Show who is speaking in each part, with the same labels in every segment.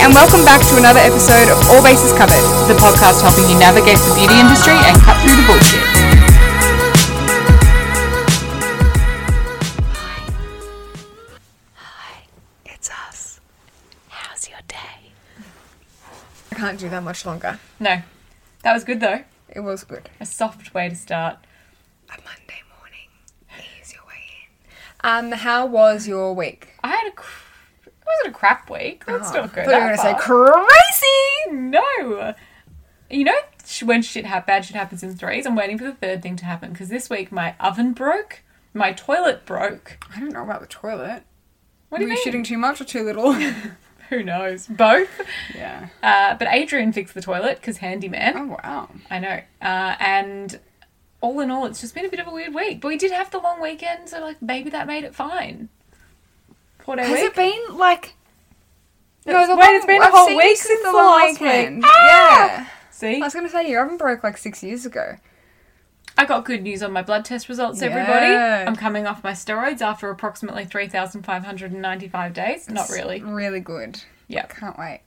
Speaker 1: and welcome back to another episode of All Bases Covered.
Speaker 2: the podcast helping you navigate the beauty industry and cut through the bullshit.
Speaker 1: It's uh, us.
Speaker 3: How's your day?
Speaker 1: I can't do that much longer.
Speaker 3: No, that was good though.
Speaker 1: It was good.
Speaker 3: A soft way to start.
Speaker 1: A Monday morning. Ease your way in. Um, how was your week?
Speaker 3: I had a. Cr- it wasn't a crap week. Let's
Speaker 1: Oh,
Speaker 3: not go
Speaker 1: I
Speaker 3: that
Speaker 1: thought you were
Speaker 3: far.
Speaker 1: gonna say crazy.
Speaker 3: no. You know sh- when shit hap- bad shit happens in threes. I'm waiting for the third thing to happen because this week my oven broke, my toilet broke.
Speaker 1: I don't know about the toilet.
Speaker 3: What
Speaker 1: Were
Speaker 3: do
Speaker 1: you
Speaker 3: you mean?
Speaker 1: shitting too much or too little?
Speaker 3: Who knows? Both.
Speaker 1: yeah.
Speaker 3: Uh, but Adrian fixed the toilet because handyman.
Speaker 1: Oh wow.
Speaker 3: I know. Uh, and all in all, it's just been a bit of a weird week. But we did have the long weekend, so like maybe that made it fine. Four day
Speaker 1: Has
Speaker 3: week.
Speaker 1: it been like?
Speaker 3: It's- wait, it's been a
Speaker 1: I've
Speaker 3: whole
Speaker 1: seen
Speaker 3: week
Speaker 1: you
Speaker 3: since the last
Speaker 1: weekend.
Speaker 3: week.
Speaker 1: Yeah.
Speaker 3: See,
Speaker 1: Ah! I was gonna say your oven broke like six years ago.
Speaker 3: I got good news on my blood test results,
Speaker 1: Yeah.
Speaker 3: everybody. I'm coming off my steroids after approximately 3,595 days. Not really.
Speaker 1: Really good.
Speaker 3: Yeah.
Speaker 1: Can't wait.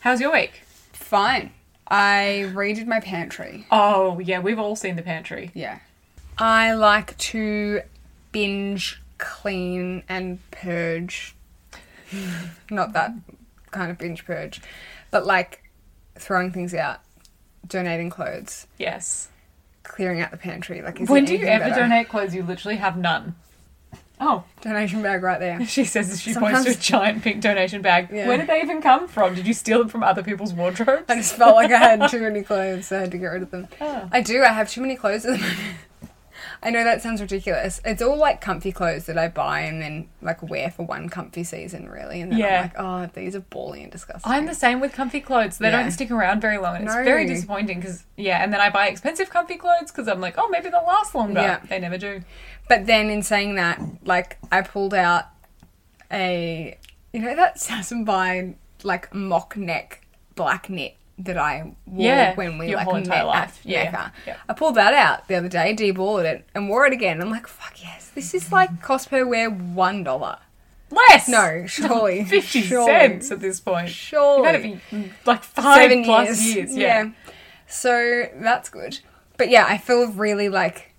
Speaker 3: How's your week?
Speaker 1: Fine. I raided my pantry.
Speaker 3: Oh, yeah, we've all seen the pantry.
Speaker 1: Yeah. I like to binge, clean, and purge. Not that kind of binge purge, but like throwing things out, donating clothes,
Speaker 3: Yes.
Speaker 1: clearing out the pantry. Like, is
Speaker 3: when do
Speaker 1: there
Speaker 3: you
Speaker 1: anything
Speaker 3: ever
Speaker 1: better?
Speaker 3: donate clothes? You literally have none. Oh,
Speaker 1: Donation bag right there.
Speaker 3: she says as she points
Speaker 1: Sometimes-
Speaker 3: to a giant pink donation bag.
Speaker 1: Yeah.
Speaker 3: Where did they even come from? Did you steal them from other people's wardrobes?
Speaker 1: I just felt like I had too many clothes, so I had to get rid of them.
Speaker 3: Oh.
Speaker 1: I do. I have too many clothes at the moment. I know that sounds ridiculous. It's all like comfy clothes that I buy and then like wear for one comfy season, really. And then
Speaker 3: Yeah.
Speaker 1: I'm like, oh, these are bally and disgusting.
Speaker 3: I'm the same with comfy clothes. They
Speaker 1: Yeah.
Speaker 3: don't stick around very long. And
Speaker 1: No.
Speaker 3: It's very disappointing because, yeah, and then I buy expensive comfy clothes because I'm like, oh, maybe they'll last longer.
Speaker 1: Yeah.
Speaker 3: They never do.
Speaker 1: But then in saying that, like I pulled out a you know that Sassenbein like mock neck black knit that I wore
Speaker 3: Yeah,
Speaker 1: when we
Speaker 3: your
Speaker 1: like
Speaker 3: whole
Speaker 1: met
Speaker 3: entire life.
Speaker 1: at
Speaker 3: Yeah,
Speaker 1: Mecca.
Speaker 3: yeah.
Speaker 1: I pulled that out the other day, deballed it, and wore it again. I'm like, fuck yes, this is like cost per wear one dollar.
Speaker 3: Less!
Speaker 1: No, surely
Speaker 3: 50
Speaker 1: surely,
Speaker 3: cents at this point. You've had
Speaker 1: Surely
Speaker 3: it for mm, like five plus years. Yeah.
Speaker 1: So that's good. But yeah, I feel really like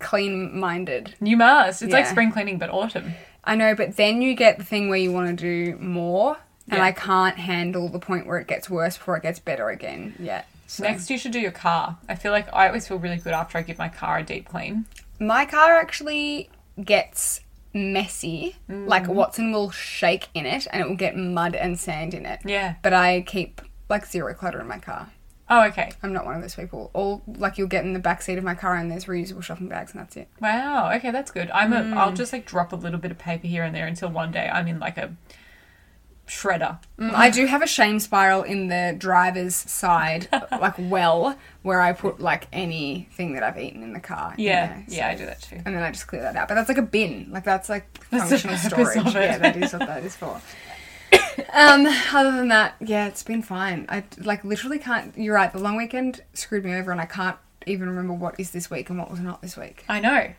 Speaker 1: clean minded.
Speaker 3: You must. It's like
Speaker 1: Yeah.
Speaker 3: spring cleaning, but autumn.
Speaker 1: I know, but then you get the thing where you want to do more, and
Speaker 3: Yeah.
Speaker 1: I can't handle the point where it gets worse before it gets better again yet. So
Speaker 3: Next, you should do your car. I feel like I always feel really good after I give my car a deep clean.
Speaker 1: my car actually gets messy.
Speaker 3: Mm.
Speaker 1: Like Watson will shake in it, and it will get mud and sand in it.
Speaker 3: Yeah.
Speaker 1: But I keep like zero clutter in my car.
Speaker 3: Oh, okay.
Speaker 1: I'm not one of those people. All like you'll get in the back seat of my car, and there's reusable shopping bags, and that's it.
Speaker 3: Wow. Okay, that's good. I'm a. I'll
Speaker 1: Hmm.
Speaker 3: just like drop a little bit of paper here and there until one day I'm in like a shredder.
Speaker 1: I do have a shame spiral in the driver's side, like well, where I put like anything that I've eaten in the car. in
Speaker 3: Yeah.
Speaker 1: there, so-
Speaker 3: Yeah, I do that too.
Speaker 1: And then I just clear that out. But that's like a bin. Like that's like
Speaker 3: That's the
Speaker 1: functional
Speaker 3: purpose
Speaker 1: storage.
Speaker 3: of it.
Speaker 1: Yeah, that is what that is for. um, other than that, yeah, it's been fine. I like literally can't. You're right. The long weekend screwed me over, and I can't even remember what is this week and what was not this week.
Speaker 3: I know.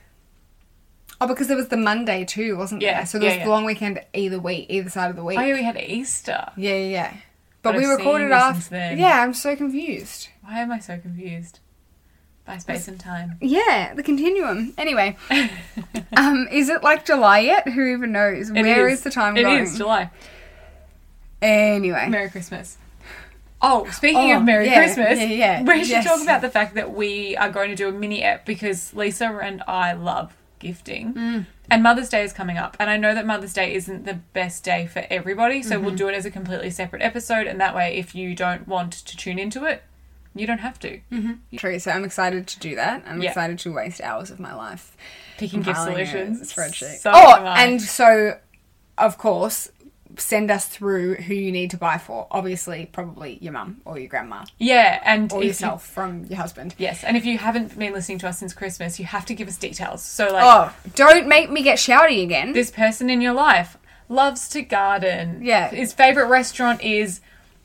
Speaker 1: Oh, because there was the Monday too, wasn't
Speaker 3: Yeah,
Speaker 1: there? So there
Speaker 3: yeah,
Speaker 1: was
Speaker 3: yeah.
Speaker 1: the long weekend either week, either side of the week.
Speaker 3: Oh, yeah, we had Easter.
Speaker 1: Yeah, yeah, yeah. But,
Speaker 3: But
Speaker 1: we
Speaker 3: I've
Speaker 1: recorded
Speaker 3: seen you since
Speaker 1: after.
Speaker 3: then.
Speaker 1: Yeah, I'm so confused.
Speaker 3: Why am I so confused? By space and time.
Speaker 1: Yeah, the continuum. Anyway, um, is it like July yet? Who even knows? Where
Speaker 3: It
Speaker 1: is the time
Speaker 3: It
Speaker 1: going?
Speaker 3: is July.
Speaker 1: Anyway,
Speaker 3: Merry Christmas. Oh, speaking
Speaker 1: Oh,
Speaker 3: of Merry
Speaker 1: yeah,
Speaker 3: Christmas,
Speaker 1: yeah, yeah,
Speaker 3: we should
Speaker 1: yes.
Speaker 3: talk about the fact that we are going to do a mini app because Lisa and I love gifting.
Speaker 1: Mm.
Speaker 3: And Mother's Day is coming up. And I know that Mother's Day isn't the best day for everybody, so
Speaker 1: Mm-hmm.
Speaker 3: we'll do it as a completely separate episode. And that way, if you don't want to tune into it, you don't have to.
Speaker 1: Mm-hmm. true. So I'm excited to do that. I'm
Speaker 3: Yeah.
Speaker 1: excited to waste hours of my life
Speaker 3: Picking gift
Speaker 1: compiling a
Speaker 3: solutions.
Speaker 1: spreadsheet.
Speaker 3: So
Speaker 1: oh,
Speaker 3: am I.
Speaker 1: and so of course, send us through who you need to buy for. Obviously, probably your mum or your grandma
Speaker 3: yeah, and
Speaker 1: or
Speaker 3: if you-
Speaker 1: yourself from your husband.
Speaker 3: Yes, and if you haven't been listening to us since Christmas, you have to give us details. So, like,
Speaker 1: Oh, don't make me get shouty again.
Speaker 3: this person in your life loves to garden.
Speaker 1: Yeah.
Speaker 3: His favorite restaurant is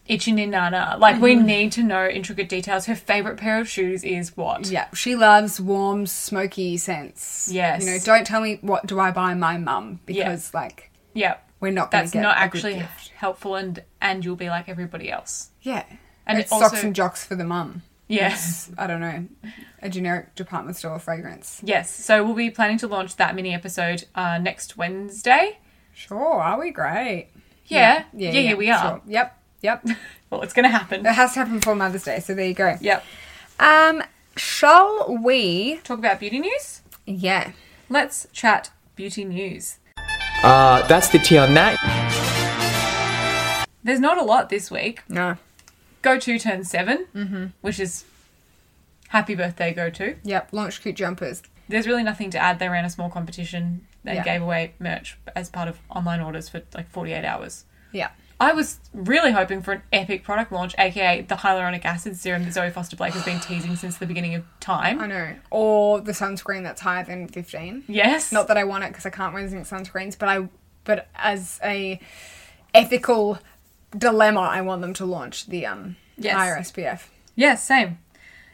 Speaker 3: Ichininana. Like, we
Speaker 1: Mm-hmm.
Speaker 3: need to know intricate details. Her favorite pair of shoes is what?
Speaker 1: Yeah, she loves warm, smoky scents.
Speaker 3: Yes.
Speaker 1: You know, don't tell me what do I buy my mum because like
Speaker 3: Yep.
Speaker 1: we're not going to
Speaker 3: That's
Speaker 1: get
Speaker 3: not
Speaker 1: a good
Speaker 3: actually
Speaker 1: gift.
Speaker 3: helpful, and and you'll be like everybody else.
Speaker 1: Yeah.
Speaker 3: And
Speaker 1: And
Speaker 3: it
Speaker 1: it's socks
Speaker 3: also-
Speaker 1: and jocks for the mum.
Speaker 3: Yes.
Speaker 1: I don't know. A generic department store fragrance.
Speaker 3: Yes. So we'll be planning to launch that mini episode uh, next Wednesday.
Speaker 1: Sure, are we great?
Speaker 3: Yeah. Yeah. Yeah. we are.
Speaker 1: sure. Yep. Yep.
Speaker 3: Well, it's going to happen.
Speaker 1: it has to happen before Mother's Day, so there you go.
Speaker 3: yep.
Speaker 1: Um, shall we?
Speaker 3: Talk about beauty news.
Speaker 1: Yeah.
Speaker 3: Let's chat beauty news.
Speaker 4: Uh, that's the tea on that.
Speaker 3: There's not a lot this week.
Speaker 1: No.
Speaker 3: Go to turn 7 which is happy birthday, Go to.
Speaker 1: Yep. Launch cute jumpers.
Speaker 3: There's really nothing to add. They ran a small competition. They
Speaker 1: Yeah.
Speaker 3: gave away merch as part of online orders for like 48 hours.
Speaker 1: Yeah.
Speaker 3: I was really hoping for an epic product launch, aka the hyaluronic acid serum that Zoe Foster Blake has been teasing since the beginning of
Speaker 1: I
Speaker 3: time.
Speaker 1: know. Or the sunscreen that's higher than 15.
Speaker 3: Yes.
Speaker 1: Not that I want it because I can't wear zinc sunscreens, but I but as a ethical dilemma, I want them to launch the um
Speaker 3: Yes.
Speaker 1: higher SPF.
Speaker 3: Yeah, same.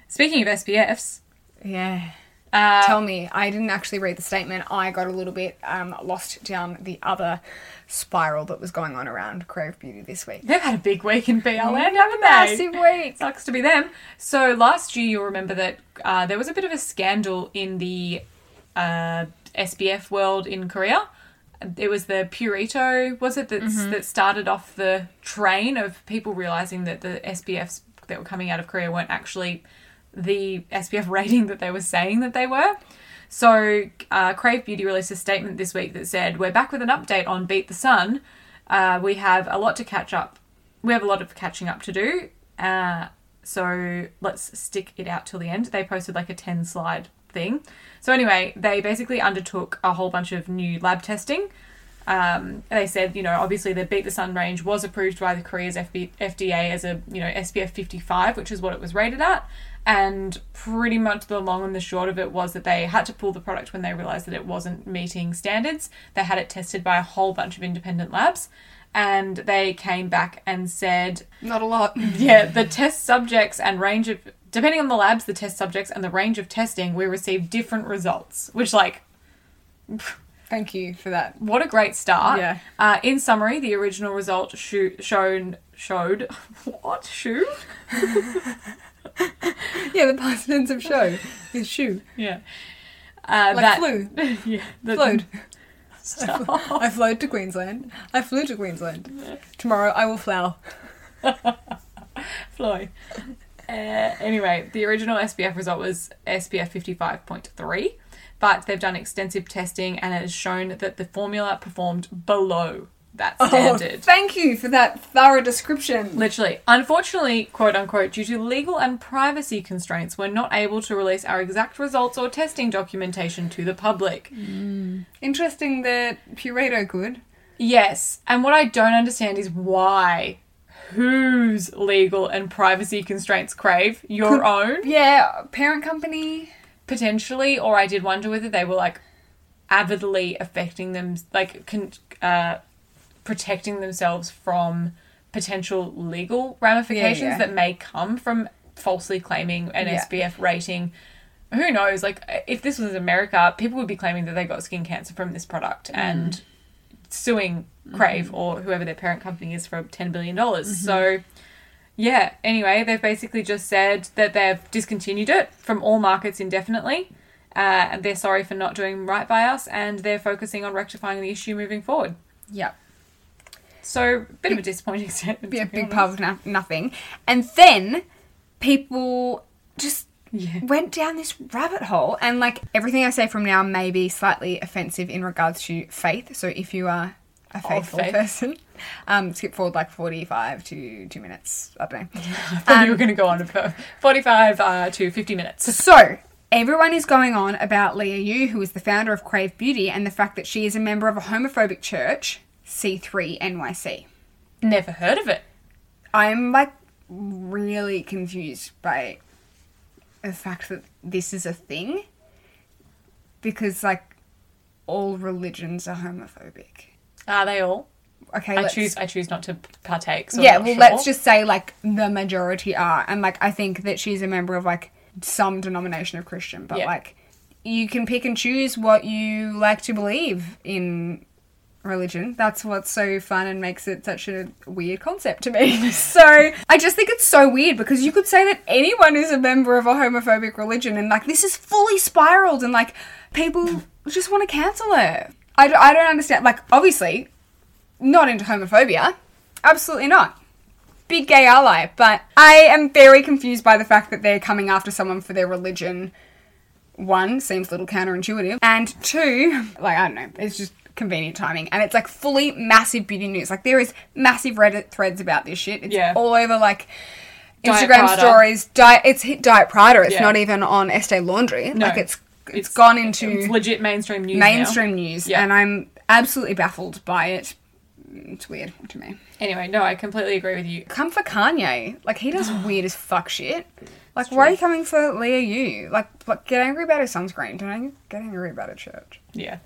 Speaker 3: Speaking of SPFs,
Speaker 1: Yeah.
Speaker 3: uh,
Speaker 1: Tell me, I didn't actually read the statement. I got a little bit um, lost down the other spiral that was going on around Crave Beauty this week.
Speaker 3: they've had a big week in BL land, haven't they?
Speaker 1: Massive week.
Speaker 3: Sucks to be them. So last year, you'll remember that uh, there was a bit of a scandal in the uh, SBF world in Korea. It was the Purito, was it, that's, that started off the train of people realizing that the SBFs that were coming out of Korea weren't actually the SPF rating that they were saying that they were. So, uh, Crave Beauty released a statement this week that said, We're back with an update on Beat the Sun. Uh, we have a lot to catch up. We have a lot of catching up to do. Uh, so, let's stick it out till the end. They posted like a 10 slide thing. So, anyway, they basically undertook a whole bunch of new lab testing. Um, they said, you know, obviously the Beat the Sun range was approved by the Korea's FB- FDA as a, you know, SPF 55, which is what it was rated at. And pretty much the long and the short of it was that they had to pull the product when they realized that it wasn't meeting standards. They had it tested by a whole bunch of independent labs. And they came back and said,
Speaker 1: Not a lot.
Speaker 3: yeah, the test subjects and range of depending on the labs, the test subjects and the range of testing, we received different results. Which, like,
Speaker 1: Thank you for that.
Speaker 3: what a great start.
Speaker 1: Yeah.
Speaker 3: Uh, in summary, the original result sho- shown showed what shoe?
Speaker 1: Yeah, the past tense of show is shoe.
Speaker 3: Yeah. Uh,
Speaker 1: Like
Speaker 3: that
Speaker 1: flew.
Speaker 3: yeah, that-
Speaker 1: Flowed.
Speaker 3: Oh.
Speaker 1: I flowed to Queensland. I flew to Queensland. Tomorrow I will flower.
Speaker 3: Floy. Uh, anyway, the original SPF result was SPF 55.3, but they've done extensive testing and it has shown that the formula performed below that standard.
Speaker 1: Oh, thank you for that thorough description.
Speaker 3: Literally. Unfortunately, quote unquote, due to legal and privacy constraints, we're not able to release our exact results or testing documentation to the public.
Speaker 1: Interesting that Purito could.
Speaker 3: Yes, and what I don't understand is why. Whose legal and privacy constraints crave? Your own?
Speaker 1: Yeah, parent company.
Speaker 3: Potentially, or I did wonder whether they were like avidly affecting them, like con- uh, protecting themselves from potential legal ramifications
Speaker 1: yeah.
Speaker 3: that may come from falsely claiming an
Speaker 1: Yeah.
Speaker 3: SPF rating. Who knows? Like, if this was America, people would be claiming that they got skin cancer from this product
Speaker 1: Mm.
Speaker 3: and suing Crave or whoever their parent company is for $10 billion.
Speaker 1: Mm-hmm.
Speaker 3: So, yeah, anyway, they've basically just said that they've discontinued it from all markets indefinitely. Uh, and they're sorry for not doing right by us and they're focusing on rectifying the issue moving forward.
Speaker 1: Yep.
Speaker 3: So, bit of a disappointing statement.
Speaker 1: be a
Speaker 3: to be
Speaker 1: big
Speaker 3: honest.
Speaker 1: pile of no- nothing. And then people just
Speaker 3: Yeah.
Speaker 1: went down this rabbit hole. And like everything I say from now may be slightly offensive in regards to faith. So if you are a faithful
Speaker 3: faith.
Speaker 1: person, um, skip forward like 45 to two minutes. I don't know.
Speaker 3: I thought
Speaker 1: Um,
Speaker 3: you were going to go on for 45 uh, to 50 minutes.
Speaker 1: So, everyone is going on about Leah Yu, who is the founder of Crave Beauty, and the fact that she is a member of a homophobic church, C3 NYC.
Speaker 3: Never heard of it.
Speaker 1: I'm like really confused by the fact that this is a thing because, like, all religions are homophobic.
Speaker 3: Are they all?
Speaker 1: Okay,
Speaker 3: I
Speaker 1: let's-
Speaker 3: choose. I choose not to partake. So I'm
Speaker 1: yeah,
Speaker 3: not
Speaker 1: well,
Speaker 3: sure.
Speaker 1: let's just say like the majority are, and like I think that she's a member of like some denomination of Christian, but
Speaker 3: Yeah.
Speaker 1: like you can pick and choose what you like to believe in religion. That's what's so fun and makes it such a weird concept to me. so I just think it's so weird because you could say that anyone is a member of a homophobic religion and like this is fully spiraled and like people just want to cancel it. I, d- I don't understand. Like, obviously, not into homophobia. Absolutely not. Big gay ally. But I am very confused by the fact that they're coming after someone for their religion one seems a little counterintuitive and two like i don't know it's just convenient timing and it's like fully massive beauty news like there is massive reddit threads about this shit it's
Speaker 3: Yeah.
Speaker 1: all over like
Speaker 3: Diet
Speaker 1: instagram
Speaker 3: Prada.
Speaker 1: stories diet it's hit diet prada it's
Speaker 3: Yeah.
Speaker 1: not even on estee laundry
Speaker 3: No.
Speaker 1: like it's it's gone into
Speaker 3: it's legit mainstream news. now.
Speaker 1: mainstream news
Speaker 3: Yeah.
Speaker 1: and i'm absolutely baffled by it it's weird to me
Speaker 3: Anyway, no, I completely agree with you.
Speaker 1: come for Kanye. Like he does weird as fuck shit. Like why are you coming for Leah Yu? Like, like get angry about her sunscreen. Don't ang- get angry about her church.
Speaker 3: Yeah.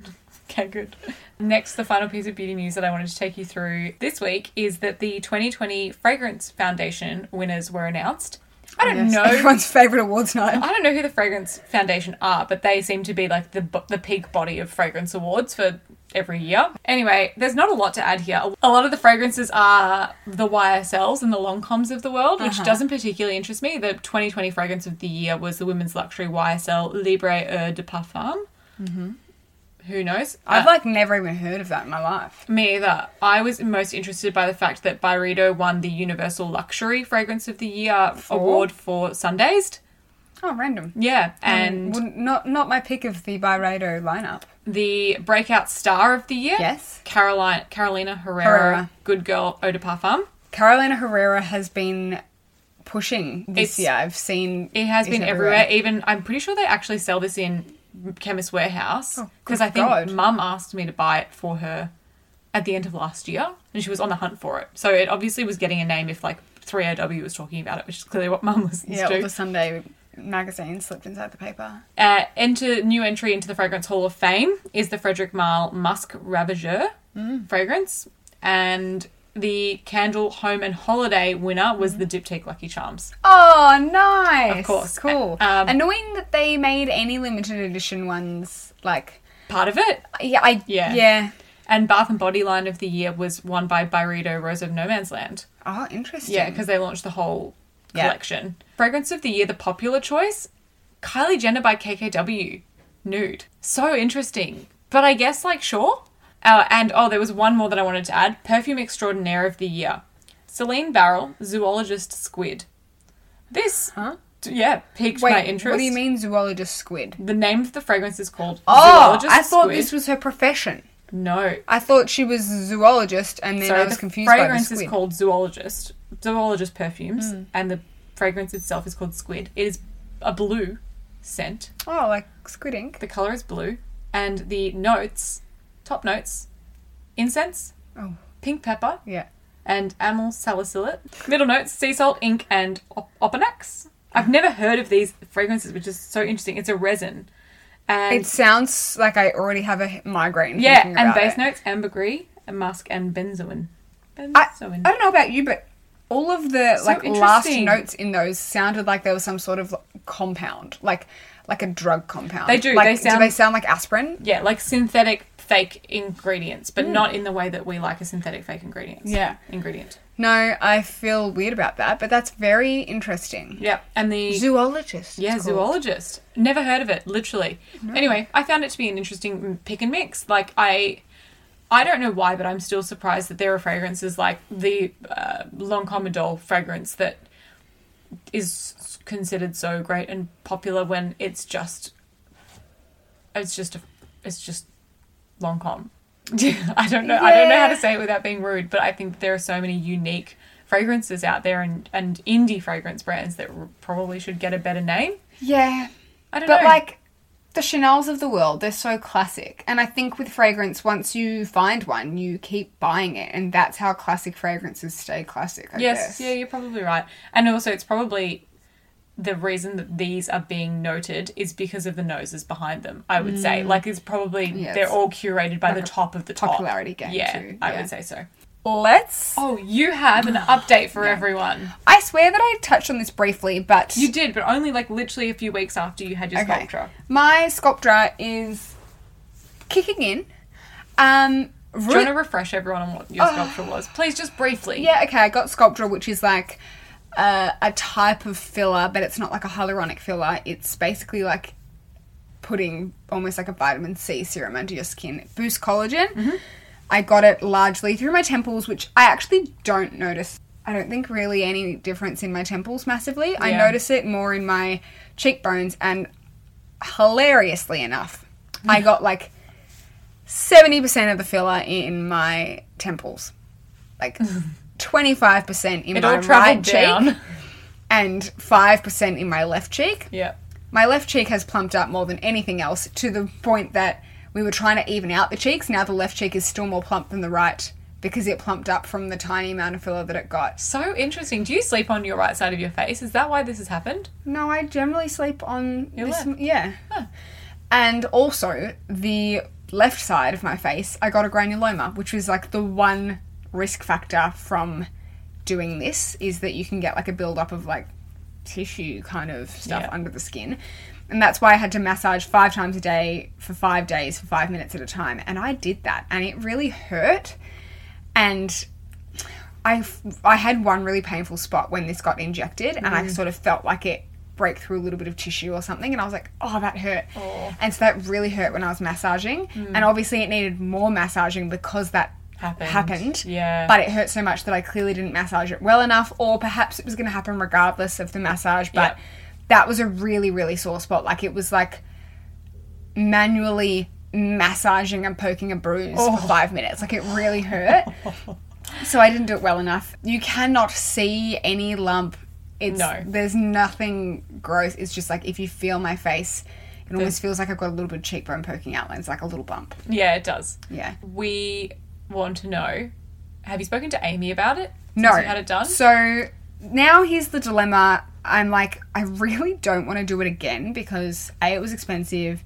Speaker 3: Okay, good. Next, the final piece of beauty news that I wanted to take you through this week is that the 2020 Fragrance Foundation winners were announced. I don't know.
Speaker 1: everyone's favorite awards night.
Speaker 3: I don't know who the Fragrance Foundation are, but they seem to be like the bo- the peak body of fragrance awards for every year. Anyway, there's not a lot to add here. A lot of the fragrances are the YSLs and the Longcoms of the world, which doesn't particularly interest me. The 2020 fragrance of the year was the women's luxury YSL Libre Eau de Parfum. Mm-hmm. Who knows? Uh,
Speaker 1: I've like never even heard of that in my life.
Speaker 3: me either. I was most interested by the fact that Byredo won the Universal Luxury Fragrance of the Year award for Sundazed.
Speaker 1: Oh, random.
Speaker 3: Yeah, and
Speaker 1: Wouldn't- not not my pick of the Byredo lineup.
Speaker 3: the breakout star of the year,
Speaker 1: Yes.
Speaker 3: Caroline Carolina Herrera,
Speaker 1: Herrera.
Speaker 3: Good Girl Eau de Parfum.
Speaker 1: Carolina Herrera has been pushing this
Speaker 3: It's-
Speaker 1: year. I've seen
Speaker 3: It has
Speaker 1: it
Speaker 3: been everywhere. Even I'm pretty sure they actually sell this in Chemist Warehouse because I think
Speaker 1: Oh, God.
Speaker 3: Mum asked me to buy it for her at the end of last year, and she was on the hunt for it. So it obviously was getting a name if like 3RW was talking about it, which is clearly what Mum listens
Speaker 1: Yeah,
Speaker 3: to.
Speaker 1: all the Sunday magazine slipped inside the paper.
Speaker 3: Uh, enter new entry into the fragrance hall of fame is the Frederick Marl Musk Ravageur fragrance, and the candle home and holiday winner was the Diptyque Lucky Charms.
Speaker 1: Oh, nice. Of
Speaker 3: course.
Speaker 1: Cool.
Speaker 3: Uh, um,
Speaker 1: Annoying that they made any limited edition ones. Like,
Speaker 3: Part of it,
Speaker 1: yeah, I.
Speaker 3: Yeah.
Speaker 1: Yeah.
Speaker 3: and Bath and Body line of the year was won by Byredo Rose of No Man's Land.
Speaker 1: Oh, interesting.
Speaker 3: Yeah, because they launched the whole
Speaker 1: Yeah.
Speaker 3: collection. Fragrance of the year, the popular choice, Kylie Jenner by KKW, nude. So interesting. But I guess like sure. Uh, and oh, there was one more that I wanted to add: perfume extraordinaire of the year, Celine Barrel, zoologist squid. This, d- yeah, piqued
Speaker 1: Wait,
Speaker 3: my interest.
Speaker 1: what do you mean zoologist squid?
Speaker 3: The name of the fragrance is called
Speaker 1: Oh,
Speaker 3: zoologist
Speaker 1: I thought
Speaker 3: squid.
Speaker 1: this was her profession.
Speaker 3: no.
Speaker 1: I thought she was a zoologist, and then
Speaker 3: So
Speaker 1: I
Speaker 3: the
Speaker 1: was confused by the
Speaker 3: fragrance
Speaker 1: squid. Mm.
Speaker 3: is called zoologist, zoologist perfumes, and the fragrance itself is called squid. It is a blue scent.
Speaker 1: oh, like squid ink.
Speaker 3: The color is blue, and the notes, top notes, incense,
Speaker 1: Oh.
Speaker 3: pink pepper,
Speaker 1: Yeah.
Speaker 3: and amyl salicylate. Middle notes, sea salt, ink, and op- opanax. I've never heard of these fragrances, which is so interesting. It's a resin, and
Speaker 1: It sounds like I already have a migraine.
Speaker 3: yeah,
Speaker 1: thinking
Speaker 3: and
Speaker 1: about
Speaker 3: base
Speaker 1: it.
Speaker 3: notes, ambergris, musk, and benzoin.
Speaker 1: I,
Speaker 3: Benzoin.
Speaker 1: I don't know about you, but all of the
Speaker 3: So
Speaker 1: like last
Speaker 3: interesting.
Speaker 1: notes in those sounded like there was some sort of compound, like like a drug compound.
Speaker 3: They do,
Speaker 1: Like,
Speaker 3: they
Speaker 1: do
Speaker 3: sound-
Speaker 1: they sound like aspirin?
Speaker 3: Yeah, like synthetic fake ingredients, but not in the way that we like a synthetic fake ingredient.
Speaker 1: Hmm. Yeah.
Speaker 3: Ingredient.
Speaker 1: No, I feel weird about that, but that's very interesting.
Speaker 3: Yeah. And the
Speaker 1: Zoologist.
Speaker 3: Yeah,
Speaker 1: it's called.
Speaker 3: zoologist. Never heard of it, literally. Anyway, I found it to be an interesting pick and mix. Like I I don't know why, but I'm still surprised that there are fragrances like the uh, L'Encomadol fragrance that is considered so great and popular when it's just it's just a, it's just Lancome. I don't know. I don't know how to
Speaker 1: Yeah.
Speaker 3: say it without being rude, but I think there are so many unique fragrances out there and, and indie fragrance brands that r- probably should get a better name.
Speaker 1: Yeah.
Speaker 3: I don't
Speaker 1: But
Speaker 3: know.
Speaker 1: like the Chanel's of the world, they're so classic. And I think with fragrance, once you find one, you keep buying it. And that's how classic fragrances stay classic, I
Speaker 3: yes,
Speaker 1: guess.
Speaker 3: yeah, you're probably right. And also, it's probably the reason that these are being noted is because of the noses behind them. I would say,
Speaker 1: Mm.
Speaker 3: like, it's probably
Speaker 1: Yeah,
Speaker 3: they're
Speaker 1: it's
Speaker 3: all curated by the top of the top
Speaker 1: popularity game
Speaker 3: Yeah,
Speaker 1: too,
Speaker 3: I
Speaker 1: yeah.
Speaker 3: would say so.
Speaker 1: Let's
Speaker 3: Oh, you have an update for everyone.
Speaker 1: I swear that I touched on this briefly, but
Speaker 3: You did, but only like literally a few weeks after you had your
Speaker 1: Okay.
Speaker 3: sculpture.
Speaker 1: My sculptra is kicking in. Um,
Speaker 3: Do you want to refresh everyone on what your sculpture was? Please, just briefly.
Speaker 1: Oh. Yeah, okay, I got Sculptra, which is like a, a type of filler, but it's not like a hyaluronic filler. It's basically like putting almost like a vitamin C serum under your skin. It boosts collagen. I got it largely through my temples, which I actually don't notice. I don't think really any difference in my temples massively. I
Speaker 3: Yeah.
Speaker 1: notice it more in my cheekbones, and hilariously enough, I got like 70% of the filler in my temples. Like 25% in
Speaker 3: It
Speaker 1: my
Speaker 3: all traveled
Speaker 1: right
Speaker 3: down.
Speaker 1: cheek and 5% in my left cheek.
Speaker 3: Yeah.
Speaker 1: My left cheek has plumped up more than anything else to the point that we were trying to even out the cheeks. Now the left cheek is still more plump than the right because it plumped up from the tiny amount of filler that it got.
Speaker 3: So interesting. Do you sleep on your right side of your face? Is that why this has happened?
Speaker 1: No, I generally sleep on
Speaker 3: Your
Speaker 1: this.
Speaker 3: left?
Speaker 1: Yeah. And also, the left side of my face, I got a granuloma, which was like the one risk factor from doing this is that you can get like a buildup of like tissue kind of stuff
Speaker 3: Yeah.
Speaker 1: under the skin. And that's why I had to massage five times a day for five days for five minutes at a time. And I did that, and it really hurt. And I, f- I had one really painful spot when this got injected, and
Speaker 3: Mm.
Speaker 1: I sort of felt like it break through a little bit of tissue or something, and I was like, oh, that hurt. And so that really hurt when I was massaging, and obviously it needed more massaging because that
Speaker 3: Mm. Happened.
Speaker 1: happened.
Speaker 3: Yeah.
Speaker 1: But it hurt so much that I clearly didn't massage it well enough, or perhaps it was going to happen regardless of the massage. But
Speaker 3: Yeah.
Speaker 1: that was a really, really sore spot. Like it was like manually massaging and poking a bruise for five minutes. Like it really hurt. so I didn't do it well enough. You cannot see any lump. It's
Speaker 3: No.
Speaker 1: there's nothing gross. It's just like if you feel my face, it almost feels like I've got a little bit of cheekbone poking out, and it's like a little bump.
Speaker 3: Yeah, it does.
Speaker 1: Yeah.
Speaker 3: We want to know. Have you spoken to Amy about it? Since
Speaker 1: No.
Speaker 3: You had it done.
Speaker 1: So now here's the dilemma. I'm like, I really don't want to do it again because A, it was expensive,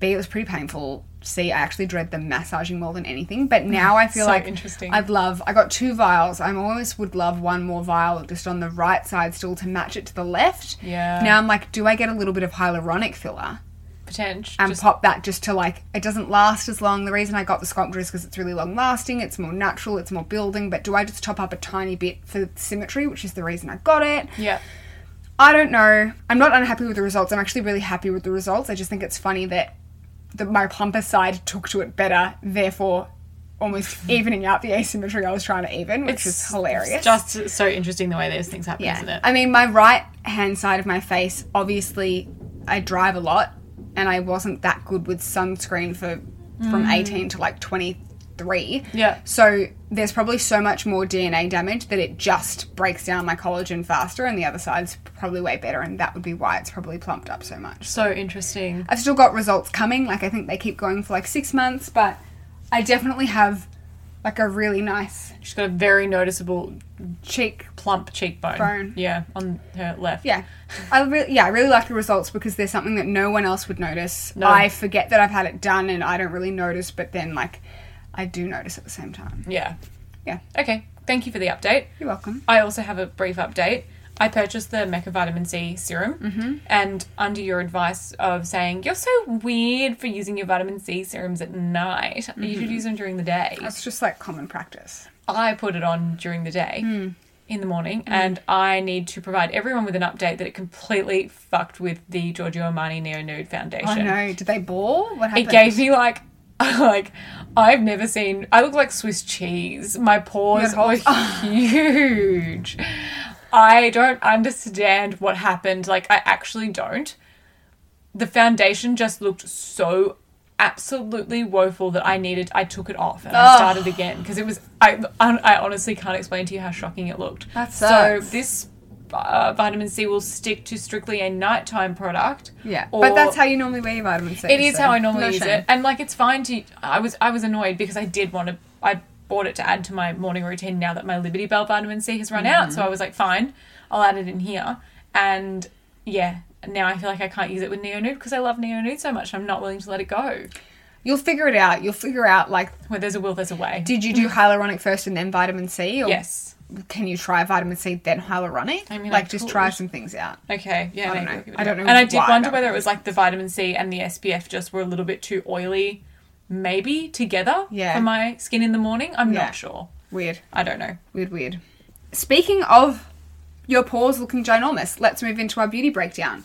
Speaker 1: B, it was pretty painful. C, I actually dread the massaging more than anything. But now I feel
Speaker 3: Mm, So
Speaker 1: like
Speaker 3: interesting.
Speaker 1: I'd love I got two vials. I almost would love one more vial just on the right side still to match it to the left.
Speaker 3: Yeah.
Speaker 1: Now I'm like, do I get a little bit of hyaluronic filler?
Speaker 3: Potential.
Speaker 1: and
Speaker 3: Just-
Speaker 1: pop that just to like it doesn't last as long. The reason I got the sculpture is because it's really long lasting, it's more natural, it's more building. But do I just top up a tiny bit for symmetry, which is the reason I got it?
Speaker 3: yeah.
Speaker 1: I don't know. I'm not unhappy with the results. I'm actually really happy with the results. I just think it's funny that the, my plumper side took to it better, therefore almost evening out the asymmetry I was trying to even, which is hilarious.
Speaker 3: It's just so interesting the way those things happen,
Speaker 1: Yeah.
Speaker 3: isn't it?
Speaker 1: I mean, my right hand side of my face, obviously, I drive a lot and I wasn't that good with sunscreen for from 18 to like 23.
Speaker 3: Mm. Yeah.
Speaker 1: So there's probably so much more DNA damage that it just breaks down my collagen faster and the other side's probably way better and that would be why it's probably plumped up so much.
Speaker 3: so interesting.
Speaker 1: I've still got results coming. Like I think they keep going for like 6 months, but I definitely have like a really nice
Speaker 3: She's got a very noticeable
Speaker 1: cheek
Speaker 3: plump cheekbone.
Speaker 1: Bone.
Speaker 3: Yeah, on her left.
Speaker 1: Yeah, I really, yeah, I really like the results because there's something that no one else would notice.
Speaker 3: No.
Speaker 1: I forget that I've had it done and I don't really notice, but then like I do notice at the same time.
Speaker 3: Yeah.
Speaker 1: Yeah.
Speaker 3: Okay. Thank you for the update.
Speaker 1: You're welcome.
Speaker 3: I also have a brief update. I purchased the Mecha Vitamin C serum,
Speaker 1: Mm-hmm.
Speaker 3: and under your advice of saying you're so weird for using your vitamin C serums at night, you
Speaker 1: Mm-hmm.
Speaker 3: should use them during the day.
Speaker 1: That's just like common practice.
Speaker 3: I put it on during the day
Speaker 1: Hmm.
Speaker 3: in the morning, and I need to provide everyone with an update that it completely fucked with the Giorgio Armani Neo Nude Foundation.
Speaker 1: I know. Did they bore? What happened?
Speaker 3: It gave me like, like I've never seen. I look like Swiss cheese. My paws
Speaker 1: Your whole-
Speaker 3: were huge. I don't understand what happened. Like I actually don't. The foundation just looked so absolutely woeful that I needed. I took it off and I started again because it was. I, I I honestly can't explain to you how shocking it looked.
Speaker 1: That
Speaker 3: so.
Speaker 1: sucks.
Speaker 3: This uh, vitamin C will stick to strictly a nighttime product.
Speaker 1: Yeah,
Speaker 3: or-
Speaker 1: but that's how you normally wear your vitamin C.
Speaker 3: it is
Speaker 1: so
Speaker 3: how I normally
Speaker 1: no
Speaker 3: use
Speaker 1: shame.
Speaker 3: it, and like it's fine to. I was I was annoyed because I did want to. I bought it to add to my morning routine now that my Liberty Bell vitamin C has run out.
Speaker 1: Mm-hmm.
Speaker 3: So I was like, fine, I'll add it in here, and yeah. Now I feel like I can't use it with Neonude because I love Neonude so much. I'm not willing to let it go.
Speaker 1: You'll figure it out. You'll figure out like,
Speaker 3: Where there's a will, there's a way.
Speaker 1: did you do hyaluronic first and then vitamin C? Or
Speaker 3: Mm. yes.
Speaker 1: Can you try vitamin C then hyaluronic?
Speaker 3: I mean, I
Speaker 1: like just try
Speaker 3: could.
Speaker 1: some things out.
Speaker 3: Okay. Yeah.
Speaker 1: I don't
Speaker 3: maybe
Speaker 1: know.
Speaker 3: I'll give it
Speaker 1: I
Speaker 3: a
Speaker 1: don't
Speaker 3: go.
Speaker 1: know
Speaker 3: And I did
Speaker 1: why
Speaker 3: wonder
Speaker 1: that
Speaker 3: whether it
Speaker 1: was-
Speaker 3: was like the vitamin C and the SPF just were a little bit too oily maybe together
Speaker 1: Yeah.
Speaker 3: for my skin in the morning. I'm
Speaker 1: Yeah.
Speaker 3: not sure.
Speaker 1: Weird.
Speaker 3: I don't know.
Speaker 1: Weird, weird. Speaking of your paws looking ginormous, let's move into our beauty breakdown.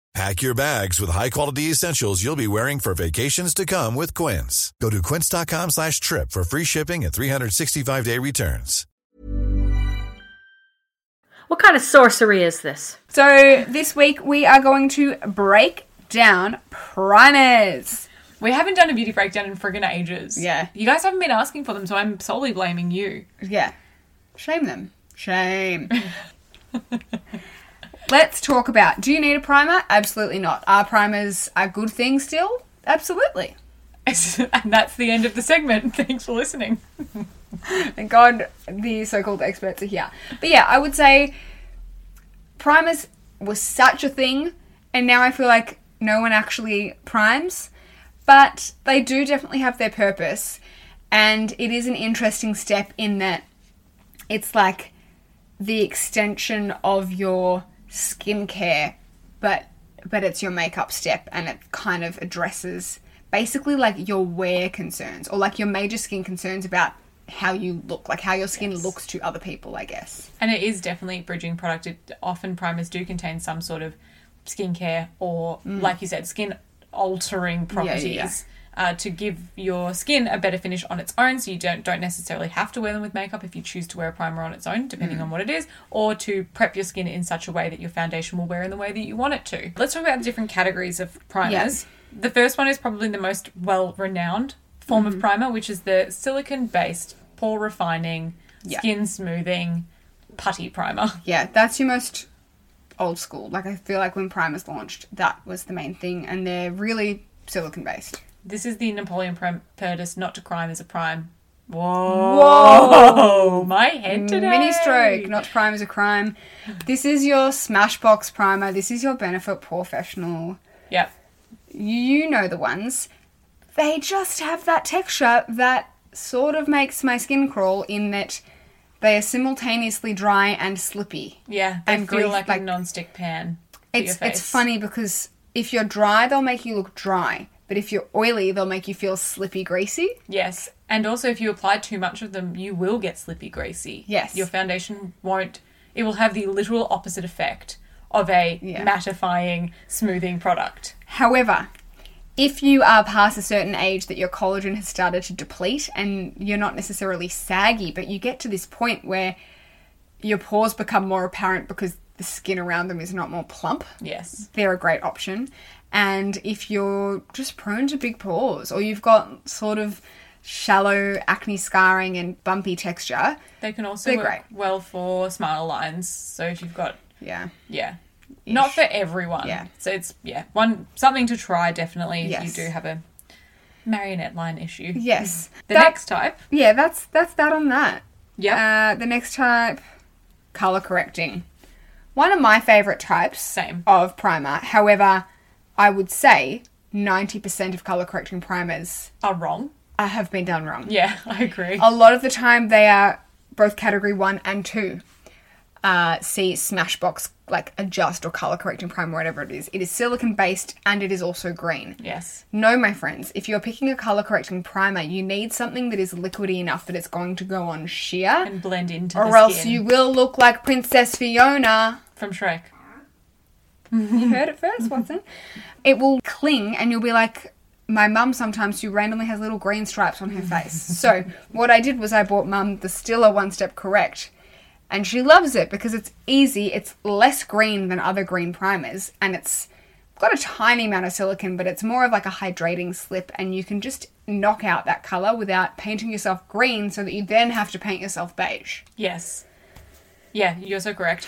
Speaker 5: Pack your bags with high-quality essentials you'll be wearing for vacations to come with Quince. Go to quince.com slash trip for free shipping and 365-day returns.
Speaker 6: What kind of sorcery is this?
Speaker 1: So this week we are going to break down primers.
Speaker 3: We haven't done a beauty breakdown in friggin' ages.
Speaker 1: Yeah.
Speaker 3: You guys haven't been asking for them, so I'm solely blaming you.
Speaker 1: Yeah. Shame them. Shame. Let's talk about do you need a primer? Absolutely not. Are primers a good thing still? Absolutely.
Speaker 3: and that's the end of the segment. Thanks for listening.
Speaker 1: Thank God the so called experts are here. But yeah, I would say primers was such a thing, and now I feel like no one actually primes, but they do definitely have their purpose, and it is an interesting step in that it's like the extension of your skincare, but but it's your makeup step and it kind of addresses basically like your wear concerns or like your major skin concerns about how you look, like how your skin looks to other people, I guess.
Speaker 3: And it is definitely a bridging product. It, often primers do contain some sort of skincare or, like you said, skin altering properties Uh, to give your skin a better finish on its own. So you don't don't necessarily have to wear them with makeup if you choose to wear a primer on its own, depending
Speaker 1: Hmm.
Speaker 3: on what it is, or to prep your skin in such a way that your foundation will wear in the way that you want it to. Let's talk about the different categories of primers. The first one is probably the most well renowned form
Speaker 1: Mm-hmm.
Speaker 3: of primer, which is the silicon based pore refining, skin smoothing putty primer.
Speaker 1: Yeah, that's your most old school. Like I feel like when primers launched, that was the main thing and they're really silicon based.
Speaker 3: This is the Napoleon Prim- Purtis Not to Crime is a Prime.
Speaker 1: Whoa!
Speaker 3: Oh, my head today.
Speaker 1: Mini stroke, not crime is a crime. This is your Smashbox primer. This is your Benefit Professional.
Speaker 3: Yep.
Speaker 1: You know the ones. They just have that texture that sort of makes my skin crawl in that they are simultaneously dry and slippy.
Speaker 3: Yeah. They
Speaker 1: And
Speaker 3: feel
Speaker 1: grief,
Speaker 3: like,
Speaker 1: like-
Speaker 3: a non-stick pan. for
Speaker 1: It's
Speaker 3: your
Speaker 1: it's
Speaker 3: face.
Speaker 1: funny because if you're dry, they'll make you look dry, but if you're oily, they'll make you feel slippy greasy.
Speaker 3: Yes. And also, if you apply too much of them, you will get slippy greasy.
Speaker 1: Yes.
Speaker 3: Your foundation won't, it will have the literal opposite effect of a
Speaker 1: Yeah.
Speaker 3: mattifying, smoothing product.
Speaker 1: However, if you are past a certain age that your collagen has started to deplete and you're not necessarily saggy, but you get to this point where your pores become more apparent because the skin around them is not more plump,
Speaker 3: Yes.
Speaker 1: they're a great option. And if you're just prone to big pores or you've got sort of shallow acne scarring and bumpy texture,
Speaker 3: They can also
Speaker 1: They're
Speaker 3: work
Speaker 1: great.
Speaker 3: well for smile lines. So if you've got
Speaker 1: yeah.
Speaker 3: Yeah. Not for everyone.
Speaker 1: Yeah.
Speaker 3: So it's yeah, one something to try definitely if
Speaker 1: Yes.
Speaker 3: you do have a marionette line issue.
Speaker 1: Yes.
Speaker 3: The
Speaker 1: That-
Speaker 3: next type.
Speaker 1: Yeah, that's that's that on that.
Speaker 3: Yeah.
Speaker 1: Uh, the next type, color correcting. One of my favorite types
Speaker 3: Same.
Speaker 1: of primer. However, I would say 90% of color correcting primers
Speaker 3: are wrong.
Speaker 1: uh, have been done wrong.
Speaker 3: Yeah, I agree.
Speaker 1: A lot of the time, they are both category one and two. Uh, see Smashbox, like adjust or color correcting primer, whatever it is. It is silicon based and it is also green.
Speaker 3: yes.
Speaker 1: No, my friends, if you're picking a color correcting primer, you need something that is liquidy enough that it's going to go on sheer.
Speaker 3: And blend into
Speaker 1: or
Speaker 3: the
Speaker 1: else
Speaker 3: skin
Speaker 1: you will look like Princess Fiona.
Speaker 3: from Shrek.
Speaker 1: You heard it first, Watson. It will cling, and you'll be like my mum sometimes who randomly has little green stripes on her face. so what I did was I bought mum the Stiller One Step Correct. And she loves it because it's easy, it's less green than other green primers, and it's got a tiny amount of silicon, but it's more of like a hydrating slip, and you can just knock out that colour without painting yourself green so that you then have to paint yourself beige.
Speaker 3: Yes. Yeah, you're so correct.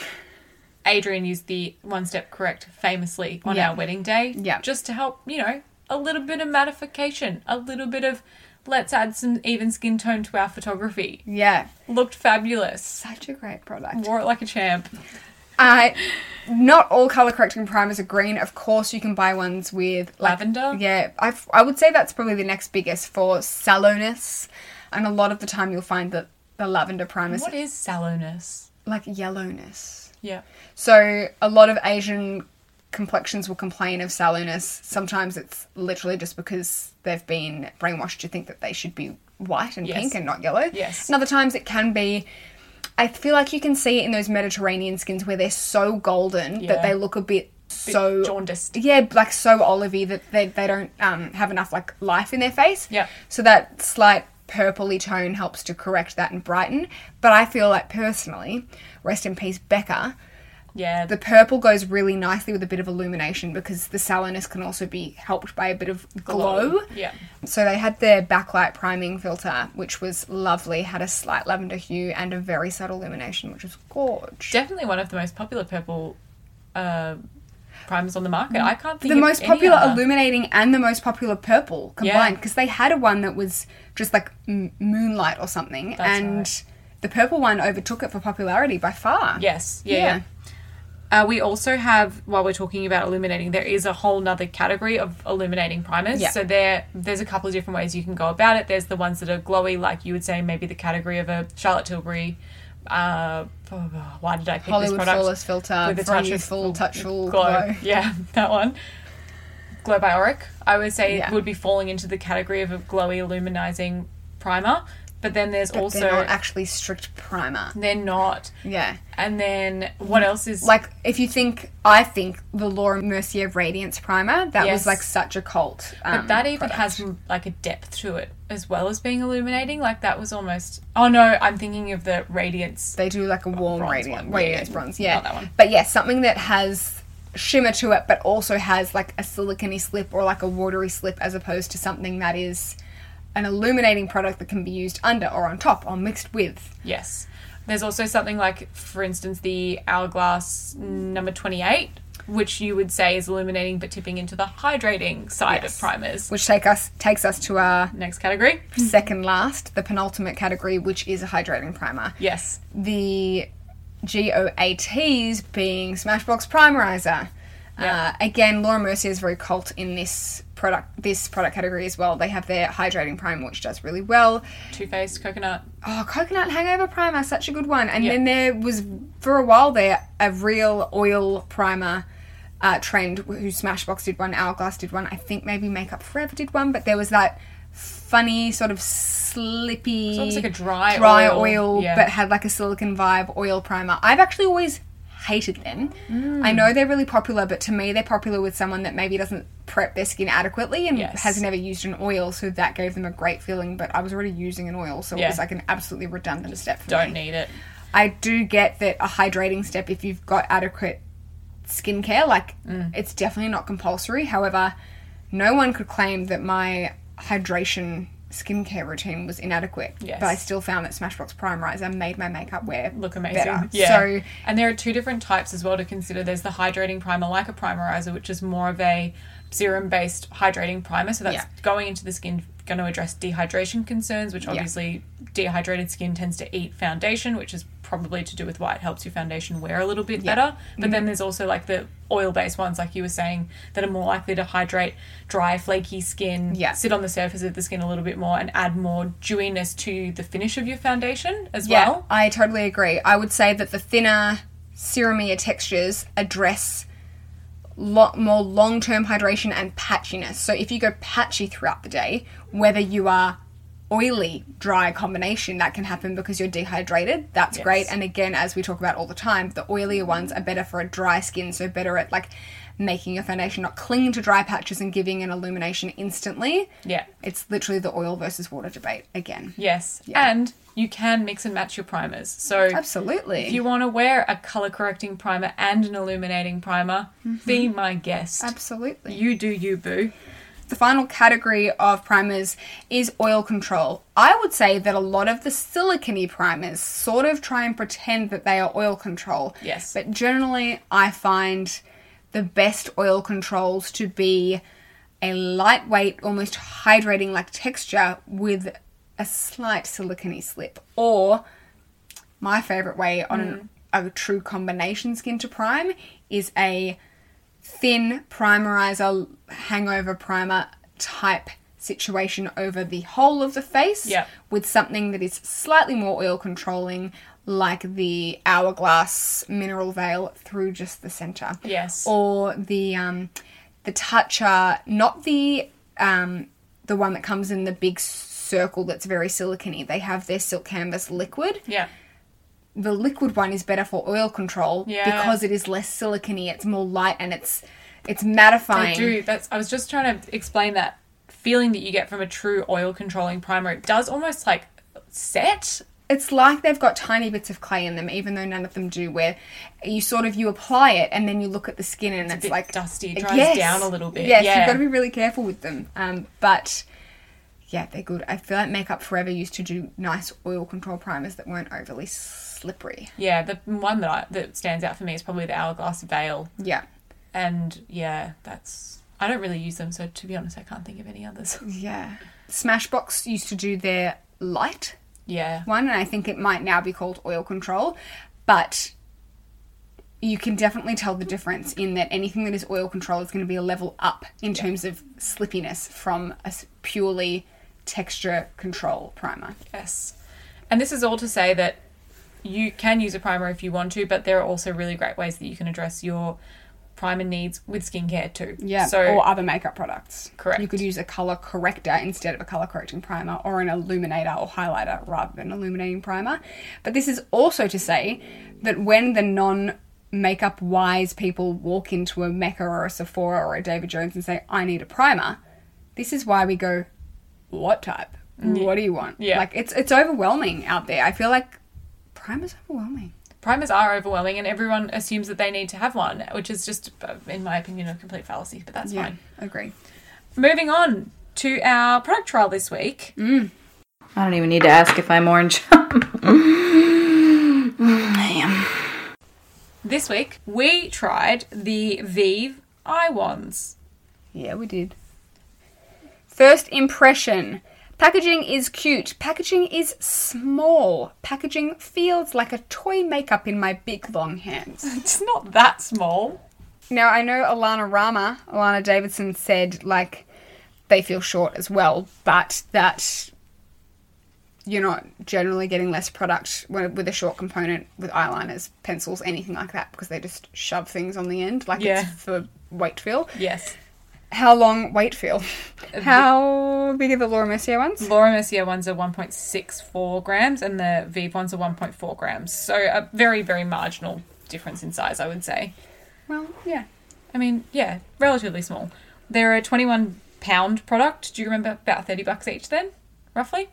Speaker 3: Adrian used the one step correct famously on
Speaker 1: Yeah.
Speaker 3: our wedding day.
Speaker 1: Yeah.
Speaker 3: Just to help, you know, a little bit of mattification, a little bit of let's add some even skin tone to our photography.
Speaker 1: Yeah.
Speaker 3: Looked fabulous.
Speaker 1: Such a great product.
Speaker 3: Wore it like a champ.
Speaker 1: Uh, not all color correcting primers are green. Of course, you can buy ones with like-
Speaker 3: Lavender?
Speaker 1: Yeah, I I would say that's probably the next biggest for sallowness, and a lot of the time you'll find that the lavender primers
Speaker 3: What is sallowness?
Speaker 1: like yellowness.
Speaker 3: Yeah.
Speaker 1: So a lot of Asian complexions will complain of sallowness. Sometimes it's literally just because they've been brainwashed to think that they should be white and
Speaker 3: Yes.
Speaker 1: pink and not yellow.
Speaker 3: Yes.
Speaker 1: And other times it can be. I feel like you can see it in those Mediterranean skins where they're so golden
Speaker 3: Yeah.
Speaker 1: that they look a bit. So
Speaker 3: jaundiced.
Speaker 1: yeah, like so olivey that they, they don't um, have enough like life in their face.
Speaker 3: Yeah.
Speaker 1: So that slight purpley tone helps to correct that and brighten. But I feel like personally, rest in peace, Becca.
Speaker 3: Yeah.
Speaker 1: The purple goes really nicely with a bit of illumination because the sallowness can also be helped by a bit of glow.
Speaker 3: Yeah.
Speaker 1: So they had their backlight priming filter, which was lovely, had a slight lavender hue and a very subtle illumination, which was gorge.
Speaker 3: Definitely one of the most popular purple uh, primers on the market. I can't think
Speaker 1: Mm. the
Speaker 3: of
Speaker 1: most
Speaker 3: any
Speaker 1: popular
Speaker 3: other.
Speaker 1: illuminating and the most popular purple combined
Speaker 3: Yeah.
Speaker 1: because they had a one that was just like m- moonlight or something and
Speaker 3: right.
Speaker 1: the purple one overtook it for popularity by far
Speaker 3: Yes. Yeah. yeah. Uh, we also have, while we're talking about illuminating, there is a whole nother category of illuminating primers.
Speaker 1: Yeah.
Speaker 3: So there, there's a couple of different ways you can go about it. There's the ones that are glowy, like you would say, maybe the category of a Charlotte Tilbury. Uh, why did I pick
Speaker 1: Hollywood
Speaker 3: this product?
Speaker 1: Flawless Filter
Speaker 3: with a
Speaker 1: for a
Speaker 3: touch of
Speaker 1: youthful, touchful glow.
Speaker 3: Yeah, that one. Glow Bioric, I would say,
Speaker 1: Yeah.
Speaker 3: would be falling into the category of a glowy, illuminizing primer. But then there's also
Speaker 1: they're not actually strict primer
Speaker 3: they're not.
Speaker 1: yeah
Speaker 3: And then what else is
Speaker 1: like if you think i think the laura mercier radiance primer that
Speaker 3: Yes.
Speaker 1: was like such a cult um,
Speaker 3: But that even
Speaker 1: product.
Speaker 3: has m- like a depth to it as well as being illuminating. Like that was almost. Oh no, I'm thinking of the radiance.
Speaker 1: They do like a warm
Speaker 3: bronze
Speaker 1: radiant,
Speaker 3: one, yeah,
Speaker 1: radiance
Speaker 3: yeah,
Speaker 1: bronze,
Speaker 3: not
Speaker 1: yeah.
Speaker 3: that one.
Speaker 1: But yeah, something that has shimmer to it, but also has like a silicony slip or like a watery slip, as opposed to something that is an illuminating product that can be used under or on top or mixed with.
Speaker 3: Yes. There's also something like, for instance, the hourglass number 28, which you would say is illuminating but tipping into the hydrating side of primers.
Speaker 1: Which take us takes us to our
Speaker 3: Next category.
Speaker 1: second last, the penultimate category, which is a hydrating primer.
Speaker 3: Yes.
Speaker 1: the GOATs being Smashbox Primerizer.
Speaker 3: Yeah.
Speaker 1: Uh, again, Laura Mercier is very cult in this product this product category as well. They have their hydrating primer, which does really well.
Speaker 3: Two faced coconut.
Speaker 1: Oh, coconut hangover primer, such a good one. And
Speaker 3: Yeah.
Speaker 1: then there was for a while there a real oil primer uh, trend. Who Smashbox did one, Hourglass did one. I think maybe Makeup Forever did one, but there was that funny sort of slippy,
Speaker 3: almost like a dry
Speaker 1: oil,
Speaker 3: oil, yeah.
Speaker 1: but had like a silicon vibe oil primer. I've actually always hated them.
Speaker 3: Mm.
Speaker 1: I know they're really popular, but to me they're popular with someone that maybe doesn't prep their skin adequately and
Speaker 3: Yes.
Speaker 1: has never used an oil, so that gave them a great feeling. But I was already using an oil, so it
Speaker 3: Yeah.
Speaker 1: was like an absolutely redundant step. For
Speaker 3: Don't
Speaker 1: me.
Speaker 3: need it.
Speaker 1: I do get that a hydrating step if you've got adequate skincare, like
Speaker 3: Mm.
Speaker 1: it's definitely not compulsory. However, no one could claim that my hydration skincare routine was inadequate.
Speaker 3: Yes.
Speaker 1: But I still found that Smashbox Primerizer made my makeup wear
Speaker 3: Look amazing.
Speaker 1: Better.
Speaker 3: Yeah.
Speaker 1: So
Speaker 3: and there are two different types as well to consider. There's the hydrating primer, like a primerizer, which is more of a serum based hydrating primer. So that's
Speaker 1: Yeah.
Speaker 3: going into the skin, going to address dehydration concerns, which obviously dehydrated skin tends to eat foundation, which is probably to do with why it helps your foundation wear a little bit better. But
Speaker 1: Mm-hmm.
Speaker 3: then there's also like the oil based ones, like you were saying, that are more likely to hydrate dry, flaky skin,
Speaker 1: Yeah.
Speaker 3: sit on the surface of the skin a little bit more, and add more dewiness to the finish of your foundation as
Speaker 1: yeah,
Speaker 3: well.
Speaker 1: I totally agree. I would say that the thinner serumier textures address lot more long-term hydration and patchiness. So if you go patchy throughout the day, whether you are oily, dry combination that can happen because you're dehydrated. That's great. And again, as we talk about all the time, the
Speaker 3: Mm-hmm.
Speaker 1: oilier ones are better for a dry skin, so better at like making your foundation not cling to dry patches and giving an illumination instantly.
Speaker 3: Yeah.
Speaker 1: It's literally the oil versus water debate again.
Speaker 3: Yes.
Speaker 1: Yeah.
Speaker 3: And you can mix and match your primers. So
Speaker 1: Absolutely.
Speaker 3: if you want to wear a color correcting primer and an illuminating primer,
Speaker 1: Mm-hmm.
Speaker 3: be my guest.
Speaker 1: Absolutely.
Speaker 3: You do you, boo.
Speaker 1: the final category of primers is oil control. I would say that a lot of the silicony primers sort of try and pretend that they are oil control.
Speaker 3: Yes.
Speaker 1: But generally, I find the best oil controls to be a lightweight, almost hydrating like texture with a slight silicony slip. Or my favorite way on an,
Speaker 3: Mm.
Speaker 1: a true combination skin to prime is a thin primerizer hangover primer type situation over the whole of the face
Speaker 3: Yep.
Speaker 1: with something that is slightly more oil controlling like the hourglass mineral veil through just the center
Speaker 3: Yes.
Speaker 1: or the um the toucher not the um the one that comes in the big circle that's very silicony they have their silk canvas liquid
Speaker 3: Yeah.
Speaker 1: the liquid one is better for oil control
Speaker 3: Yeah.
Speaker 1: because it is less silicony, it's more light and it's it's mattifying.
Speaker 3: I do. That's. I was just trying to explain that feeling that you get from a true oil controlling primer. It does almost like set.
Speaker 1: It's like they've got tiny bits of clay in them, even though none of them do. Where you sort of you apply it and then you look at the skin and it's,
Speaker 3: bit
Speaker 1: like
Speaker 3: dusty, it dries down a little bit,
Speaker 1: Yes,
Speaker 3: yeah.
Speaker 1: you've got to be really careful with them. Um, but yeah, they're good. I feel like Makeup Forever used to do nice oil control primers that weren't overly slippery.
Speaker 3: Yeah. The one that I, that stands out for me is probably the hourglass veil.
Speaker 1: Yeah.
Speaker 3: And yeah, that's. I don't really use them, so to be honest, I can't think of any others.
Speaker 1: Yeah. Smashbox used to do their light
Speaker 3: Yeah.
Speaker 1: one, and I think it might now be called oil control, but you can definitely tell the difference in that anything that is oil control is going to be a level up in terms of slippiness from a s- purely texture control primer.
Speaker 3: Yes. And this is all to say that you can use a primer if you want to, but there are also really great ways that you can address your primer needs with skincare too. So
Speaker 1: or other makeup products.
Speaker 3: Correct.
Speaker 1: You could use a color corrector instead of a color correcting primer or an illuminator or highlighter rather than illuminating primer. But this is also to say that when the non makeup wise people walk into a Mecca or a Sephora or a David Jones and say, I need a primer, this is why we go, What type? What do you want?
Speaker 3: Mm. Yeah.
Speaker 1: Like it's it's overwhelming out there. I feel like primer's overwhelming.
Speaker 3: primers are overwhelming and everyone assumes that they need to have one, which is just, uh, in my opinion, a complete fallacy, but that's fine.
Speaker 1: Agree.
Speaker 3: Moving on to our product trial this week.
Speaker 6: I don't even need to ask if I'm orange.
Speaker 3: This week, we tried the Vive Eye Wands.
Speaker 1: Yeah, we did. First impression. Packaging is cute. Packaging is small. Packaging feels like a toy makeup in my big long hands.
Speaker 3: It's not that small.
Speaker 1: now, I know Alana Rama, Alana Davidson said, like, they feel short as well, but that you're not generally getting less product when- with a short component with eyeliners, pencils, anything like that, because they just shove things on the end, like
Speaker 3: Yeah.
Speaker 1: it's for weight feel.
Speaker 3: Yes.
Speaker 1: How long wait feel? How big are the Laura Mercier ones?
Speaker 3: Laura Mercier ones are 1.64 grams and the Vive ones are 1.4 grams. So a very, very marginal difference in size, I would say.
Speaker 1: Well, yeah.
Speaker 3: I mean, yeah, relatively small. They're a 21 pound product. Do you remember about 30 bucks each then, roughly?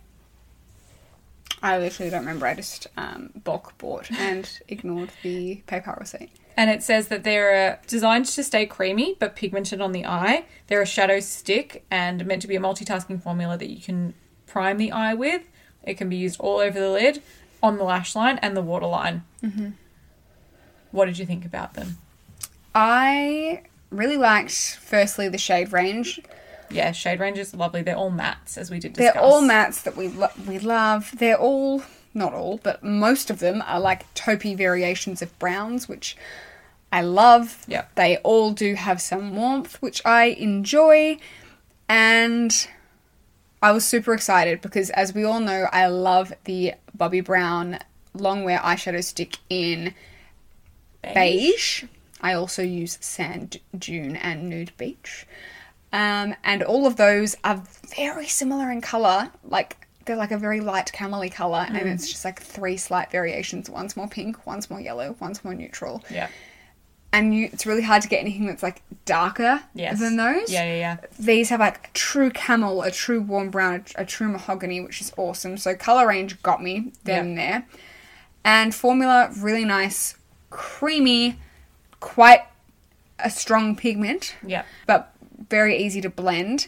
Speaker 1: I literally don't remember. I just um, bulk bought and ignored the PayPal receipt.
Speaker 3: And it says that they're uh, designed to stay creamy but pigmented on the eye. They're a shadow stick and meant to be a multitasking formula that you can prime the eye with. It can be used all over the lid, on the lash line, and the waterline. Mm-hmm. What did you think about them?
Speaker 1: I really liked, firstly, the shade range.
Speaker 3: Yeah, shade ranges are lovely. They're all mattes, as we did discuss.
Speaker 1: They're all mattes that we lo- we love. They're all not all, but most of them are like taupey variations of browns, which I love.
Speaker 3: Yep.
Speaker 1: They all do have some warmth, which I enjoy, and I was super excited because, as we all know, I love the Bobbi Brown longwear eyeshadow stick in beige. I also use sand dune and nude beach. Um, and all of those are very similar in color. Like they're like a very light camely color, and
Speaker 3: Mm.
Speaker 1: it's just like three slight variations. One's more pink, one's more yellow, one's more neutral.
Speaker 3: Yeah.
Speaker 1: And you, it's really hard to get anything that's like darker
Speaker 3: Yes.
Speaker 1: than those.
Speaker 3: Yeah, yeah, yeah.
Speaker 1: These have like a true camel, a true warm brown, a, a true mahogany, which is awesome. So color range got me then and there. And formula really nice, creamy, quite a strong pigment
Speaker 3: Yeah.
Speaker 1: but very easy to blend.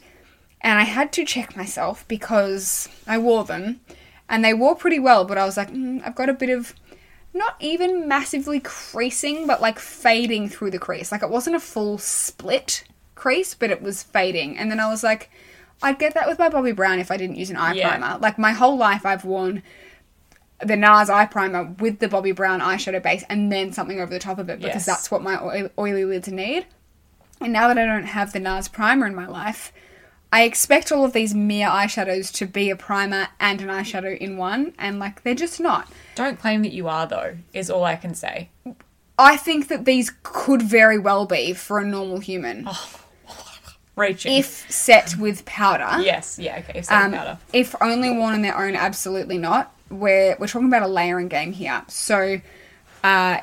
Speaker 1: And I had to check myself because I wore them and they wore pretty well, but I was like, mm, I've got a bit of not even massively creasing, but like fading through the crease. Like it wasn't a full split crease, but it was fading. And then I was like, I'd get that with my Bobbi Brown if I didn't use an eye
Speaker 3: Yeah.
Speaker 1: primer. Like my whole life, I've worn the NARS eye primer with the Bobbi Brown eyeshadow base and then something over the top of it because
Speaker 3: Yes.
Speaker 1: that's what my oil- oily lids need. And now that I don't have the NARS primer in my life, I expect all of these mere eyeshadows to be a primer and an eyeshadow in one, and like they're just not.
Speaker 3: Don't claim that you are though. Is all I can say.
Speaker 1: I think that these could very well be for a normal human
Speaker 3: Oh. Reaching.
Speaker 1: if set with powder.
Speaker 3: yes. Yeah. Okay. If
Speaker 1: Um,
Speaker 3: powder.
Speaker 1: if only worn on their own, absolutely not. We're we're talking about a layering game here. So, uh,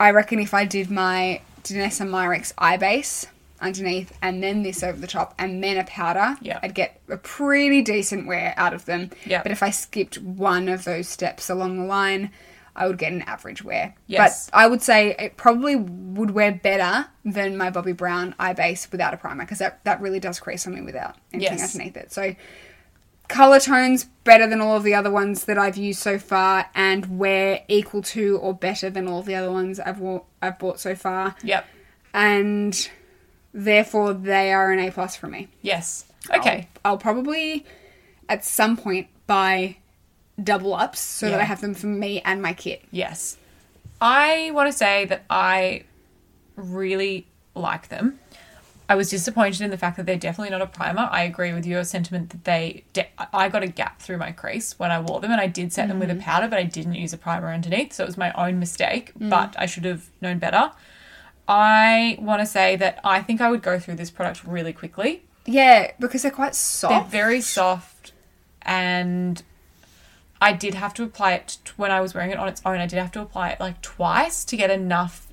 Speaker 1: I reckon if I did my Danessa Myricks eye base underneath, and then this over the top, and then a powder,
Speaker 3: Yeah.
Speaker 1: I'd get a pretty decent wear out of them.
Speaker 3: Yeah.
Speaker 1: But if I skipped one of those steps along the line, I would get an average wear.
Speaker 3: Yes.
Speaker 1: But I would say it probably would wear better than my Bobbi Brown eye base without a primer because that, that really does crease on me without anything
Speaker 3: Yes.
Speaker 1: underneath it. So color tones better than all of the other ones that I've used so far, and wear equal to or better than all of the other ones I've wa- I've bought so far.
Speaker 3: Yep.
Speaker 1: And therefore, they are an A plus for me.
Speaker 3: Yes. Okay.
Speaker 1: I'll probably at some point buy double ups so that
Speaker 3: Yeah.
Speaker 1: I have them for me and my kit.
Speaker 3: Yes. I want to say that I really like them. I was disappointed in the fact that they're definitely not a primer. I agree with your sentiment that they. De- I got a gap through my crease when I wore them, and I did set them with a powder, but I didn't use a primer underneath, so it was my own mistake. But I should have known better. I want to say that I think I would go through this product really quickly.
Speaker 1: Yeah, because they're quite soft.
Speaker 3: They're very soft, and I did have to apply it t- when I was wearing it on its own. I did have to apply it like twice to get enough,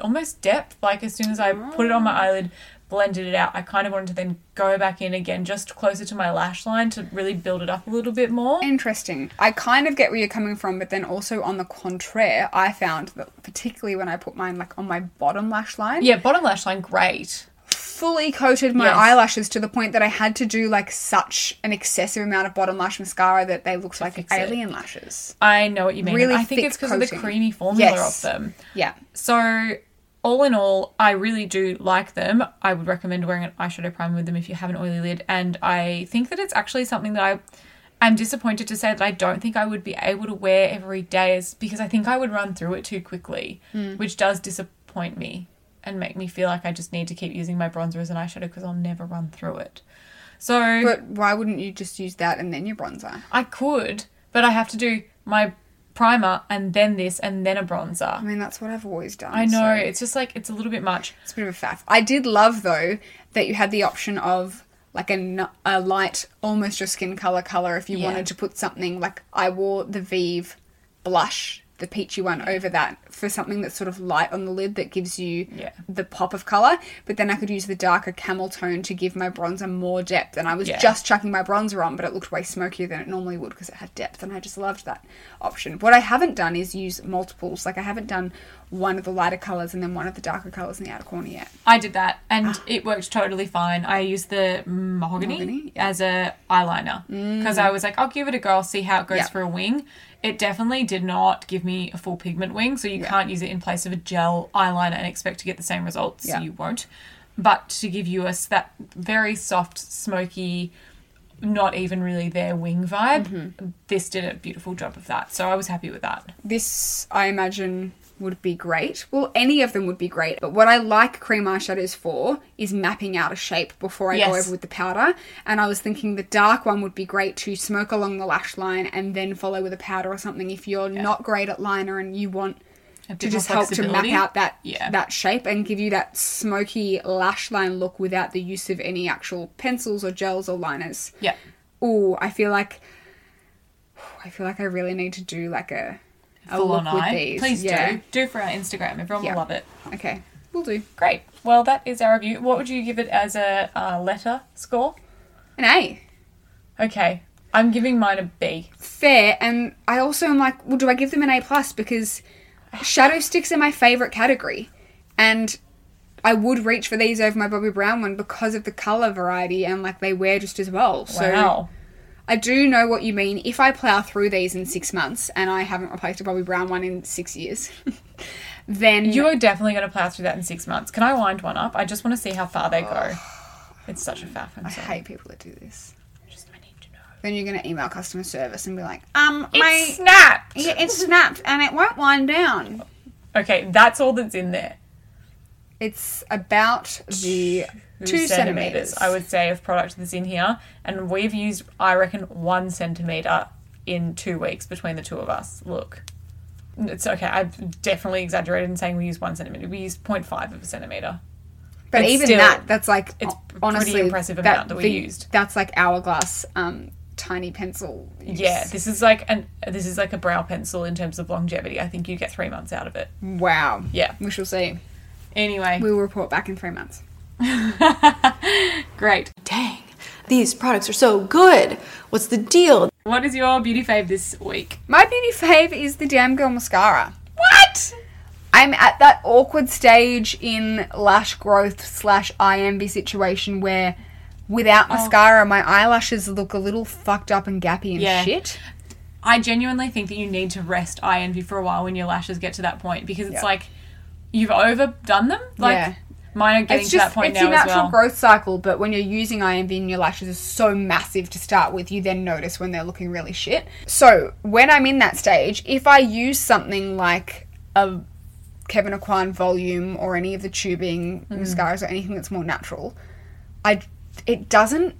Speaker 3: almost depth. Like as soon as I put it on my
Speaker 1: Oh.
Speaker 3: eyelid, blended it out, I kind of wanted to then go back in again, just closer to my lash line to really build it up a little bit more.
Speaker 1: Interesting. I kind of get where you're coming from, but then also on the contraire, I found that particularly when I put mine like on my bottom lash line,
Speaker 3: Yeah, bottom lash line, great.
Speaker 1: fully coated my
Speaker 3: Yes.
Speaker 1: eyelashes to the point that I had to do like such an excessive amount of bottom lash mascara that they looked like
Speaker 3: fix it.
Speaker 1: alien lashes.
Speaker 3: I know what you mean.
Speaker 1: Really
Speaker 3: I think
Speaker 1: thick
Speaker 3: it's because of the
Speaker 1: coating.
Speaker 3: creamy formula
Speaker 1: Yes.
Speaker 3: of them.
Speaker 1: Yeah.
Speaker 3: So, all in all, I really do like them. I would recommend wearing an eyeshadow primer with them if you have an oily lid. And I think that it's actually something that I am disappointed to say that I don't think I would be able to wear every day, is because I think I would run through it too quickly,
Speaker 1: Hmm.
Speaker 3: which does disappoint me and make me feel like I just need to keep using my bronzer as an eyeshadow because I'll never run through it. So,
Speaker 1: But why wouldn't you just use that and then your bronzer?
Speaker 3: I could, but I have to do my primer and then this and then a bronzer.
Speaker 1: I mean, that's what I've always done.
Speaker 3: I know,
Speaker 1: Mm, so
Speaker 3: it's just like it's a little bit much.
Speaker 1: it's a bit of a faff. I did love though that you had the option of like a, n- a light, almost your skin color color if you
Speaker 3: Yeah.
Speaker 1: wanted to put something like I wore the Vive blush, the peachy one over that for something that's sort of light on the lid that gives you
Speaker 3: Yeah.
Speaker 1: the pop of color, but then I could use the darker camel tone to give my bronzer more depth. And I was
Speaker 3: Yeah.
Speaker 1: just chucking my bronzer on, but it looked way smokier than it normally would because it had depth, and I just loved that option. What I haven't done is use multiples. Like I haven't done one of the lighter colors and then one of the darker colors in the outer corner yet.
Speaker 3: I did that, and it worked totally fine. I used the mahogany,
Speaker 1: Mahogany, Mm.
Speaker 3: as a eyeliner because I was like, I'll give it a go, I'll see how it goes
Speaker 1: Yeah.
Speaker 3: for a wing. It definitely did not give me a full pigment wing, so you can't use it in place of a gel eyeliner and expect to get the same results.
Speaker 1: Yeah.
Speaker 3: You won't. But to give you a s- that very soft, smoky, not even really there wing vibe,
Speaker 1: Mm-hmm.
Speaker 3: this did a beautiful job of that. So I was happy with that.
Speaker 1: This, I imagine, would be great. Well, any of them would be great, but what I like cream eyeshadows for is mapping out a shape before I go
Speaker 3: Yes.
Speaker 1: over with the powder. And I was thinking the dark one would be great to smoke along the lash line and then follow with a powder or something if you're not great at liner and you want
Speaker 3: A
Speaker 1: to
Speaker 3: bit
Speaker 1: just
Speaker 3: more
Speaker 1: help to map
Speaker 3: flexibility.
Speaker 1: out that
Speaker 3: Yeah.
Speaker 1: that shape and give you that smoky lash line look without the use of any actual pencils or gels or liners.
Speaker 3: Yeah.
Speaker 1: Ooh, I feel like I feel like I really need to do like a, a
Speaker 3: Full
Speaker 1: look
Speaker 3: on
Speaker 1: with
Speaker 3: eye.
Speaker 1: these.
Speaker 3: Please
Speaker 1: yeah.
Speaker 3: do. Do for our Instagram. Everyone
Speaker 1: Yeah.
Speaker 3: will love it.
Speaker 1: Okay, we'll do
Speaker 3: Great. Well, that is our review. What would you give it as a uh, letter score?
Speaker 1: an A.
Speaker 3: Okay. I'm giving mine a B.
Speaker 1: Fair, and I also am like, well, do I give them an A plus because shadow sticks are my favorite category, and I would reach for these over my Bobby Brown one because of the color variety and like they wear just as well. So
Speaker 3: Wow.
Speaker 1: I do know what you mean. If I plow through these in six months and I haven't replaced a Bobby Brown one in six years, then
Speaker 3: You are definitely going to plow through that in six months. Can I wind one up? I just want to see how far they go. It's such a faff. I'm
Speaker 1: I
Speaker 3: sorry.
Speaker 1: hate people that do this.
Speaker 3: Just- I need to know.
Speaker 1: Then you're gonna email customer service and be like, um,
Speaker 3: It
Speaker 1: my
Speaker 3: snapped.
Speaker 1: yeah, it snapped and it won't wind down.
Speaker 3: Okay, that's all that's in there.
Speaker 1: It's about the two, centimeters.
Speaker 3: I would say of product that's in here, and we've used I reckon one centimeter in two weeks between the two of us. Look, it's okay. I've definitely exaggerated in saying we use one centimeter. We use 0.5 of a centimeter.
Speaker 1: but
Speaker 3: it's
Speaker 1: even
Speaker 3: still-
Speaker 1: that, that's like
Speaker 3: it's
Speaker 1: ho-
Speaker 3: pretty
Speaker 1: honestly
Speaker 3: impressive amount that we
Speaker 1: the-
Speaker 3: used.
Speaker 1: That's like hourglass, um, tiny pencil. use.
Speaker 3: Yeah, this is like an this is like a brow pencil in terms of longevity. I think you get three months out of it.
Speaker 1: Wow.
Speaker 3: Yeah.
Speaker 1: We shall see.
Speaker 3: Anyway,
Speaker 1: We will report back in three months.
Speaker 3: great.
Speaker 7: Dang, these products are so good. What's the deal?
Speaker 3: What is your beauty fave this week?
Speaker 1: My beauty fave is the Damn Girl mascara.
Speaker 3: What?
Speaker 1: I'm at that awkward stage in lash growth slash IMB situation where
Speaker 3: Oh.
Speaker 1: without mascara my eyelashes look a little fucked up and gappy and
Speaker 3: Yeah.
Speaker 1: shit.
Speaker 3: I genuinely think that you need to rest eye envy for a while when your lashes get to that point because it's like you've overdone them. Like
Speaker 1: Yeah.
Speaker 3: mine are getting
Speaker 1: It's
Speaker 3: to
Speaker 1: just
Speaker 3: that point
Speaker 1: it's
Speaker 3: now
Speaker 1: your
Speaker 3: as
Speaker 1: natural
Speaker 3: well.
Speaker 1: growth cycle, but when you're using IMB and your lashes are so massive to start with, you then notice when they're looking really shit. So when I'm in that stage, if I use something like a Kevin Aquan volume or any of the tubing
Speaker 3: Hmm.
Speaker 1: mascaras or anything that's more natural, I it doesn't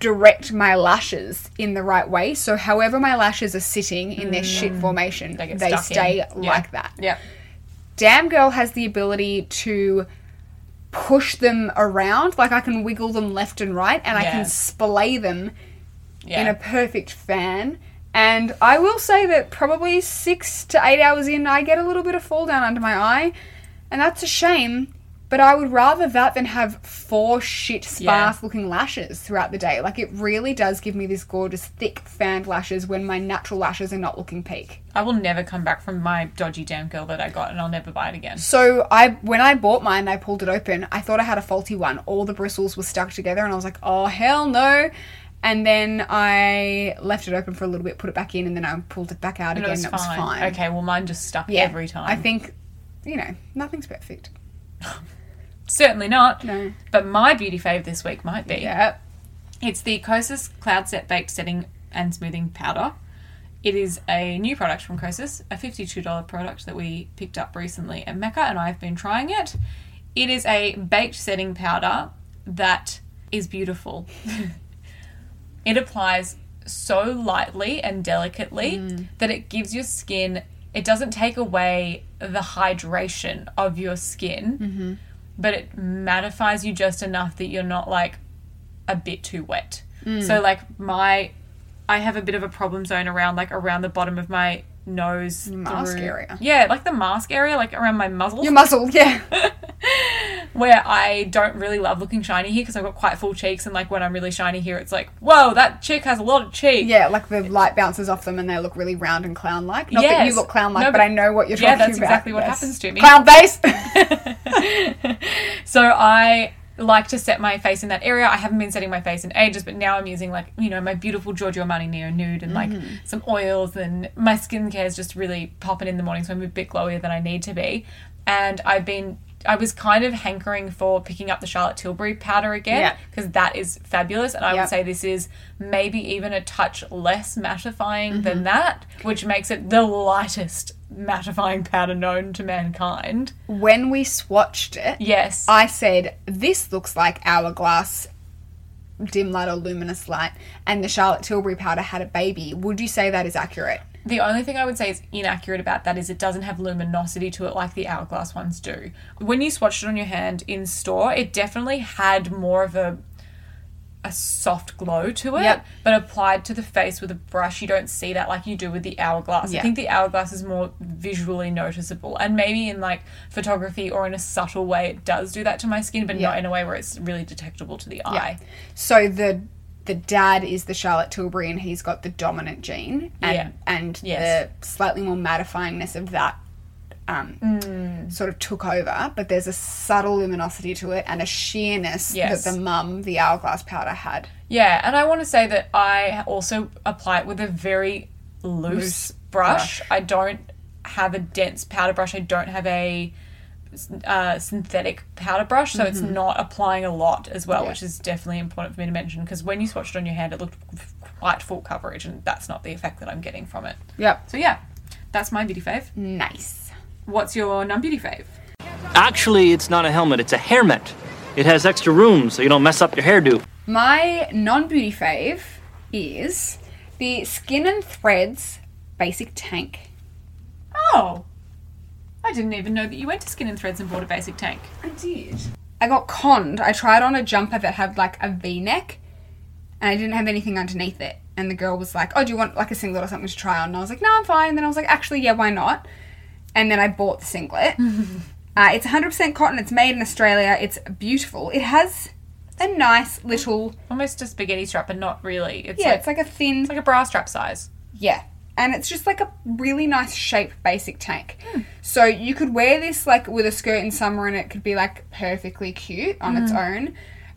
Speaker 1: direct my lashes in the right way. So however my lashes are sitting in their shit formation, they,
Speaker 3: Mm. get stuck in.
Speaker 1: stay
Speaker 3: Yeah.
Speaker 1: like that.
Speaker 3: Yeah.
Speaker 1: Damn Girl has the ability to push them around. Like I can wiggle them left and right and I
Speaker 3: Yeah.
Speaker 1: can splay them
Speaker 3: Yeah.
Speaker 1: in a perfect fan. And I will say that probably six to eight hours in, I get a little bit of fall down under my eye. And that's a shame. But I would rather that than have four shit
Speaker 3: Yeah.
Speaker 1: sparse looking lashes throughout the day. Like it really does give me this gorgeous thick fanned lashes when my natural lashes are not looking peak.
Speaker 3: I will never come back from my dodgy damn girl that I got and I'll never buy it again.
Speaker 1: So I when I bought mine, I pulled it open. I thought I had a faulty one. All the bristles were stuck together, and I was like, "Oh hell no!" And then I left it open for a little bit, put it back in, and then I pulled it back out
Speaker 3: And
Speaker 1: again. and it was fine.
Speaker 3: Okay, well mine just stuck every time.
Speaker 1: I think you know nothing's perfect.
Speaker 3: Certainly not.
Speaker 1: No.
Speaker 3: But my beauty fave this week might be.
Speaker 1: Yeah.
Speaker 3: It's the Kosas Cloud Set Baked Setting and Smoothing Powder. It is a new product from Kosas, a $52 product that we picked up recently at Mecca, and I've been trying it. It is a baked setting powder that is beautiful. it applies so lightly and delicately
Speaker 1: Mm.
Speaker 3: that it gives your skin, it doesn't take away the hydration of your skin,
Speaker 1: Mm-hmm.
Speaker 3: but it mattifies you just enough that you're not like a bit too wet.
Speaker 1: Mm.
Speaker 3: So like my I have a bit of a problem zone around like around the bottom of my nose
Speaker 1: Mask
Speaker 3: through-
Speaker 1: area.
Speaker 3: Yeah, like the mask area, like around my muzzle
Speaker 1: Your muzzle, yeah.
Speaker 3: where I don't really love looking shiny here because I've got quite full cheeks and like when I'm really shiny here it's like, whoa, that chick has a lot of cheek.
Speaker 1: Yeah, like the light bounces off them and they look really round and clown like. Not that you
Speaker 3: Yes.
Speaker 1: look clown like,
Speaker 3: No,
Speaker 1: but,
Speaker 3: but-
Speaker 1: I know what you're
Speaker 3: Yeah,
Speaker 1: talking
Speaker 3: that's
Speaker 1: about.
Speaker 3: exactly what
Speaker 1: Yes.
Speaker 3: happens to me.
Speaker 1: Clown face!
Speaker 3: So I like to set my face in that area. I haven't been setting my face in ages, but now I'm using like, you know, my beautiful Giorgio Armani Neo Nude and like
Speaker 1: Mm-hmm.
Speaker 3: some oils and my skincare is just really popping in the morning, so I'm a bit glowier than I need to be. And I've been I was kind of hankering for picking up the Charlotte Tilbury powder again
Speaker 1: Yeah.
Speaker 3: because that is fabulous and I
Speaker 1: Yep.
Speaker 3: would say this is maybe even a touch less mattifying
Speaker 1: Mm-hmm.
Speaker 3: than that, which makes it the lightest mattifying powder known to mankind.
Speaker 1: when we swatched it,
Speaker 3: Yes.
Speaker 1: I said, this looks like hourglass dim light or luminous light, and the Charlotte Tilbury powder had a baby. Would you say that is accurate?
Speaker 3: The only thing I would say is inaccurate about that is it doesn't have luminosity to it like the hourglass ones do. When you swatched it on your hand in store, it definitely had more of a a soft glow to it,
Speaker 1: Yep.
Speaker 3: but applied to the face with a brush, you don't see that like you do with the hourglass.
Speaker 1: Yeah.
Speaker 3: I think the hourglass is more visually noticeable, and maybe in like photography or in a subtle way, it does do that to my skin, but
Speaker 1: Yeah.
Speaker 3: not in a way where it's really detectable to the eye.
Speaker 1: So the the dad is the Charlotte Tilbury, and he's got the dominant gene, and
Speaker 3: Yeah.
Speaker 1: and
Speaker 3: Yes.
Speaker 1: the slightly more mattifyingness of that. Um,
Speaker 3: Mm.
Speaker 1: Sort of took over, but there's a subtle luminosity to it and a sheerness
Speaker 3: Yes.
Speaker 1: that the mum, the hourglass powder, had.
Speaker 3: Yeah, and I want to say that I also apply it with a very loose, brush. I don't have a dense powder brush. I don't have a uh, synthetic powder brush, so it's not applying a lot as well, which is definitely important for me to mention because when you swatched it on your hand, it looked quite full coverage, and that's not the effect that I'm getting from it.
Speaker 1: Yep.
Speaker 3: So yeah, that's my beauty fave.
Speaker 1: Nice.
Speaker 3: What's your non-beauty fave?
Speaker 8: Actually, it's not a helmet, it's a hairnet. It has extra room so you don't mess up your hairdo.
Speaker 1: My non beauty fave is the Skin and Threads Basic Tank.
Speaker 3: Oh, I didn't even know that you went to Skin and Threads and bought a basic tank.
Speaker 1: I did. I got conned. I tried on a jumper that had like a V neck and I didn't have anything underneath it. And the girl was like, Oh, do you want like a singlet or something to try on? And I was like, No, I'm fine. And then I was like, Actually, yeah, why not? And then I bought the singlet. uh, it's 100% cotton. It's made in Australia. It's beautiful. It has a nice little,
Speaker 3: Almost a spaghetti strap, but not really. It's
Speaker 1: yeah,
Speaker 3: like,
Speaker 1: it's like a thin,
Speaker 3: It's like a bra strap size.
Speaker 1: Yeah. And it's just like a really nice shape basic tank.
Speaker 3: Hmm.
Speaker 1: So you could wear this like with a skirt in summer and it could be like perfectly cute on its
Speaker 3: Mm.
Speaker 1: own.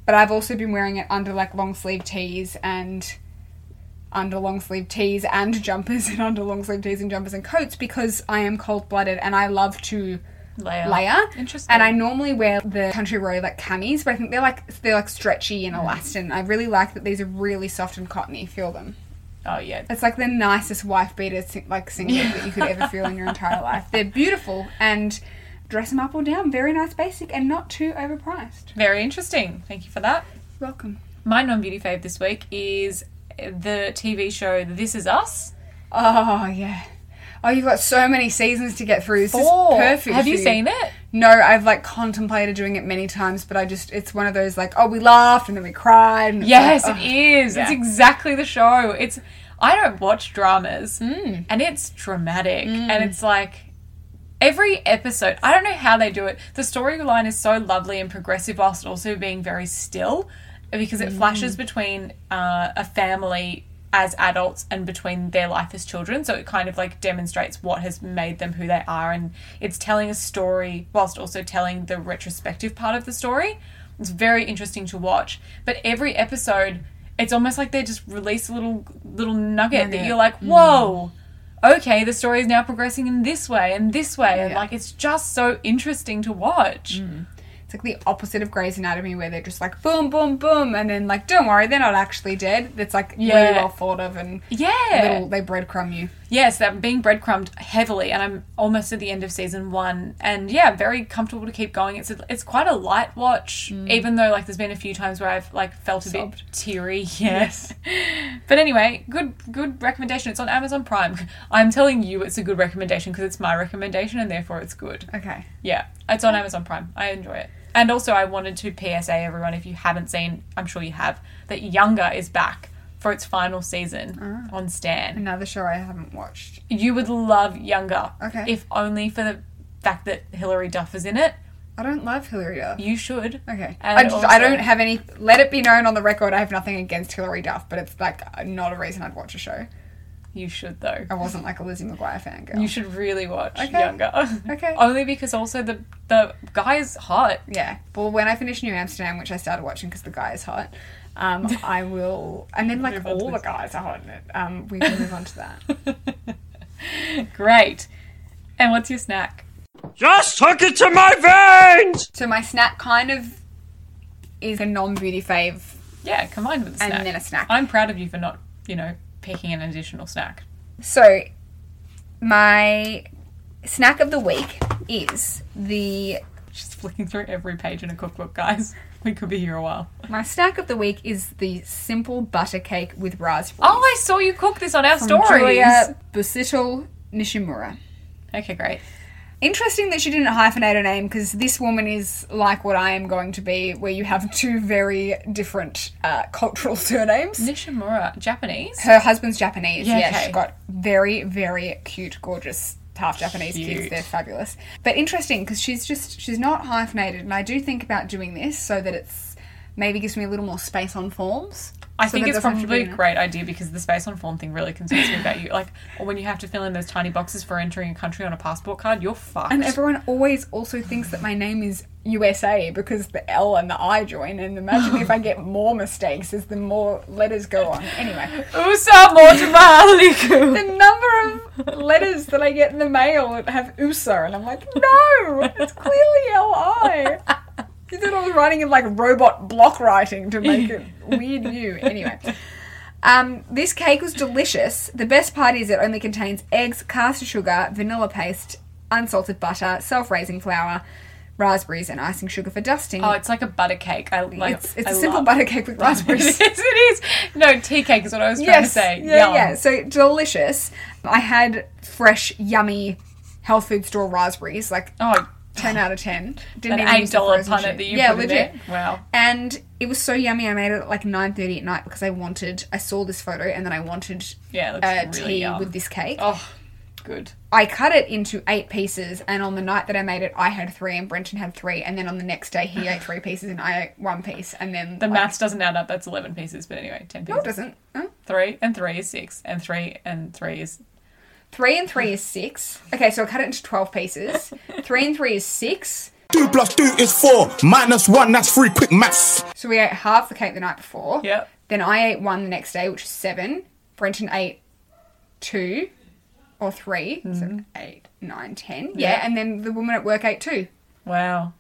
Speaker 1: But I've also been wearing it under like long sleeve tees and under long sleeve tees and jumpers and under long sleeve tees and jumpers and coats because I am cold blooded and I love to
Speaker 3: Layer.
Speaker 1: layer.
Speaker 3: Interesting.
Speaker 1: And I normally wear the Country Road like camis, but I think they're like they're like stretchy
Speaker 3: Mm.
Speaker 1: and elastin. I really like that these are really soft and cottony. Feel them.
Speaker 3: Oh yeah.
Speaker 1: It's like the nicest wife beater sing- like singlet that you could ever feel in your entire life. They're beautiful and dress them up or down. Very nice basic and not too overpriced.
Speaker 3: Very interesting. Thank you for that.
Speaker 1: Welcome.
Speaker 3: My non beauty fave this week is the TV show This Is Us.
Speaker 1: Oh yeah. Oh, you've got so many seasons to get through. This
Speaker 3: Or-
Speaker 1: is perfect.
Speaker 3: Oh, Have you
Speaker 1: for
Speaker 3: seen it?
Speaker 1: No, I've like contemplated doing it many times, but I just it's one of those like oh we laughed and then we cried. And it's
Speaker 3: Yes,
Speaker 1: like,
Speaker 3: it
Speaker 1: oh.
Speaker 3: is. It's exactly the show. It's I don't watch dramas, and it's dramatic, and it's like every episode. I don't know how they do it. The storyline is so lovely and progressive, whilst also being very still, because it flashes between uh, a family as adults and between their life as children. So it kind of like demonstrates what has made them who they are, and it's telling a story whilst also telling the retrospective part of the story. It's very interesting to watch. But every episode, it's almost like they just release a little little nugget, that you're like, whoa. Okay, the story is now progressing in this way and this way, and like it's just so interesting to watch.
Speaker 1: It's like the opposite of Grey's Anatomy, where they're just like boom, boom, boom, and then like don't worry, they're not actually dead. That's like really
Speaker 3: Yeah.
Speaker 1: well thought of and
Speaker 3: Yeah,
Speaker 1: little they breadcrumb you.
Speaker 3: yes, they're being breadcrumbed heavily, and I'm almost at the end of season one, and yeah, very comfortable to keep going. It's a, it's quite a light watch, even though like there's been a few times where I've like felt a bit teary. Yes, but anyway, good good recommendation. It's on Amazon Prime. I'm telling you, it's a good recommendation because it's my recommendation, and therefore it's good.
Speaker 1: Okay.
Speaker 3: Yeah, it's on Amazon Prime. I enjoy it. And also, I wanted to PSA everyone if you haven't seen, I'm sure you have, that Younger is back for its final season
Speaker 1: Ah.
Speaker 3: on Stan.
Speaker 1: Another show I haven't watched.
Speaker 3: You would love Younger.
Speaker 1: Okay.
Speaker 3: If only for the fact that Hilary Duff is in it.
Speaker 1: I don't love Hilary Duff.
Speaker 3: You should.
Speaker 1: okay.
Speaker 3: And
Speaker 1: I, just, I
Speaker 3: also-
Speaker 1: don't have any. Let it be known on the record, I have nothing against Hilary Duff, but it's like not a reason I'd watch a show.
Speaker 3: You should, though.
Speaker 1: I wasn't like a Lizzie McGuire fangirl.
Speaker 3: You should really watch
Speaker 1: Okay.
Speaker 3: Younger.
Speaker 1: Okay.
Speaker 3: only because also the, the guy's hot.
Speaker 1: yeah. Well, when I finish New Amsterdam, which I started watching because the guy is hot, um, I will. And then like all the guys are hot in it. Um, we can move on to that.
Speaker 3: Great. And what's your snack?
Speaker 8: Just hook it to my veins!
Speaker 1: So my snack kind of is a non-beauty fave,
Speaker 3: Yeah, combined with a
Speaker 1: and
Speaker 3: snack.
Speaker 1: then a snack.
Speaker 3: I'm proud of you for not, you know, picking an additional snack.
Speaker 1: So, my snack of the week is the
Speaker 3: Just flicking through every page in a cookbook, guys. We could be here a while.
Speaker 1: my snack of the week is the simple butter cake with raspberry.
Speaker 3: Oh, I saw you cook this on our
Speaker 1: From
Speaker 3: stories.
Speaker 1: Julia Busittle Nishimura.
Speaker 3: Okay, great.
Speaker 1: Interesting that she didn't hyphenate her name because this woman is like what I am going to be, where you have two very different uh, cultural surnames.
Speaker 3: Nishimura, Japanese.
Speaker 1: Her husband's Japanese.
Speaker 3: Yeah,
Speaker 1: Yeah,
Speaker 3: okay.
Speaker 1: she's got very, very cute, gorgeous half Japanese kids.
Speaker 3: Cute.
Speaker 1: They're fabulous. But interesting because she's just she's not hyphenated, and I do think about doing this so that it's maybe gives me a little more space on forms.
Speaker 3: I
Speaker 1: So
Speaker 3: think
Speaker 1: that
Speaker 3: it's
Speaker 1: doesn't have to
Speaker 3: probably a
Speaker 1: be in it.
Speaker 3: great idea because the space on form thing really concerns me about you. Like when you have to fill in those tiny boxes for entering a country on a passport card, you're fucked.
Speaker 1: And everyone always also thinks that my name is USA because the L and the I join, and imagine if I get more mistakes as the more letters go on. Anyway,
Speaker 3: Usa Mortimer
Speaker 1: the number of letters that I get in the mail that have USA, and I'm like, no, it's clearly LI. You thought I was writing in like robot block writing to make it weird you. Anyway. Um, this cake was delicious. The best part is it only contains eggs, caster sugar, vanilla paste, unsalted butter, self-raising flour, raspberries, and icing sugar for dusting.
Speaker 3: Oh, it's like a butter cake. I like
Speaker 1: it's it's
Speaker 3: I
Speaker 1: a simple
Speaker 3: love-
Speaker 1: butter cake with raspberries.
Speaker 3: it is. It is. No, tea cake is what I was trying to say.
Speaker 1: Yeah,
Speaker 3: Yum.
Speaker 1: yeah. So delicious. I had fresh, yummy health food store raspberries, like
Speaker 3: Oh,
Speaker 1: ten out of ten. Didn't
Speaker 3: an
Speaker 1: even use
Speaker 3: eight
Speaker 1: the
Speaker 3: dollar
Speaker 1: frozen
Speaker 3: punnet
Speaker 1: shit.
Speaker 3: that you
Speaker 1: yeah,
Speaker 3: put
Speaker 1: legit.
Speaker 3: in there. Wow.
Speaker 1: And it was so yummy. I made it at like nine thirty at night because I wanted. I saw this photo and then I wanted
Speaker 3: Yeah, it looks
Speaker 1: uh,
Speaker 3: really
Speaker 1: tea
Speaker 3: yum.
Speaker 1: with this cake.
Speaker 3: Oh, good.
Speaker 1: I cut it into eight pieces, and on the night that I made it, I had three, and Brenton had three, and then on the next day, he ate three pieces, and I ate one piece, and then
Speaker 3: The
Speaker 1: like-
Speaker 3: maths doesn't add up. That's eleven pieces, but anyway, ten
Speaker 1: No,
Speaker 3: pieces.
Speaker 1: it doesn't. Huh?
Speaker 3: Three and three is six, and three and three is
Speaker 1: Three and three is six. Okay, so I cut it into twelve pieces. three and three is six.
Speaker 9: Two plus two is four. Minus one, that's three. Quick maths.
Speaker 1: So we ate half the cake the night before.
Speaker 3: Yep.
Speaker 1: Then I ate one the next day, which is seven. Brenton ate two or three. So eight, nine, ten. Yeah. and then the woman at work ate two.
Speaker 3: wow.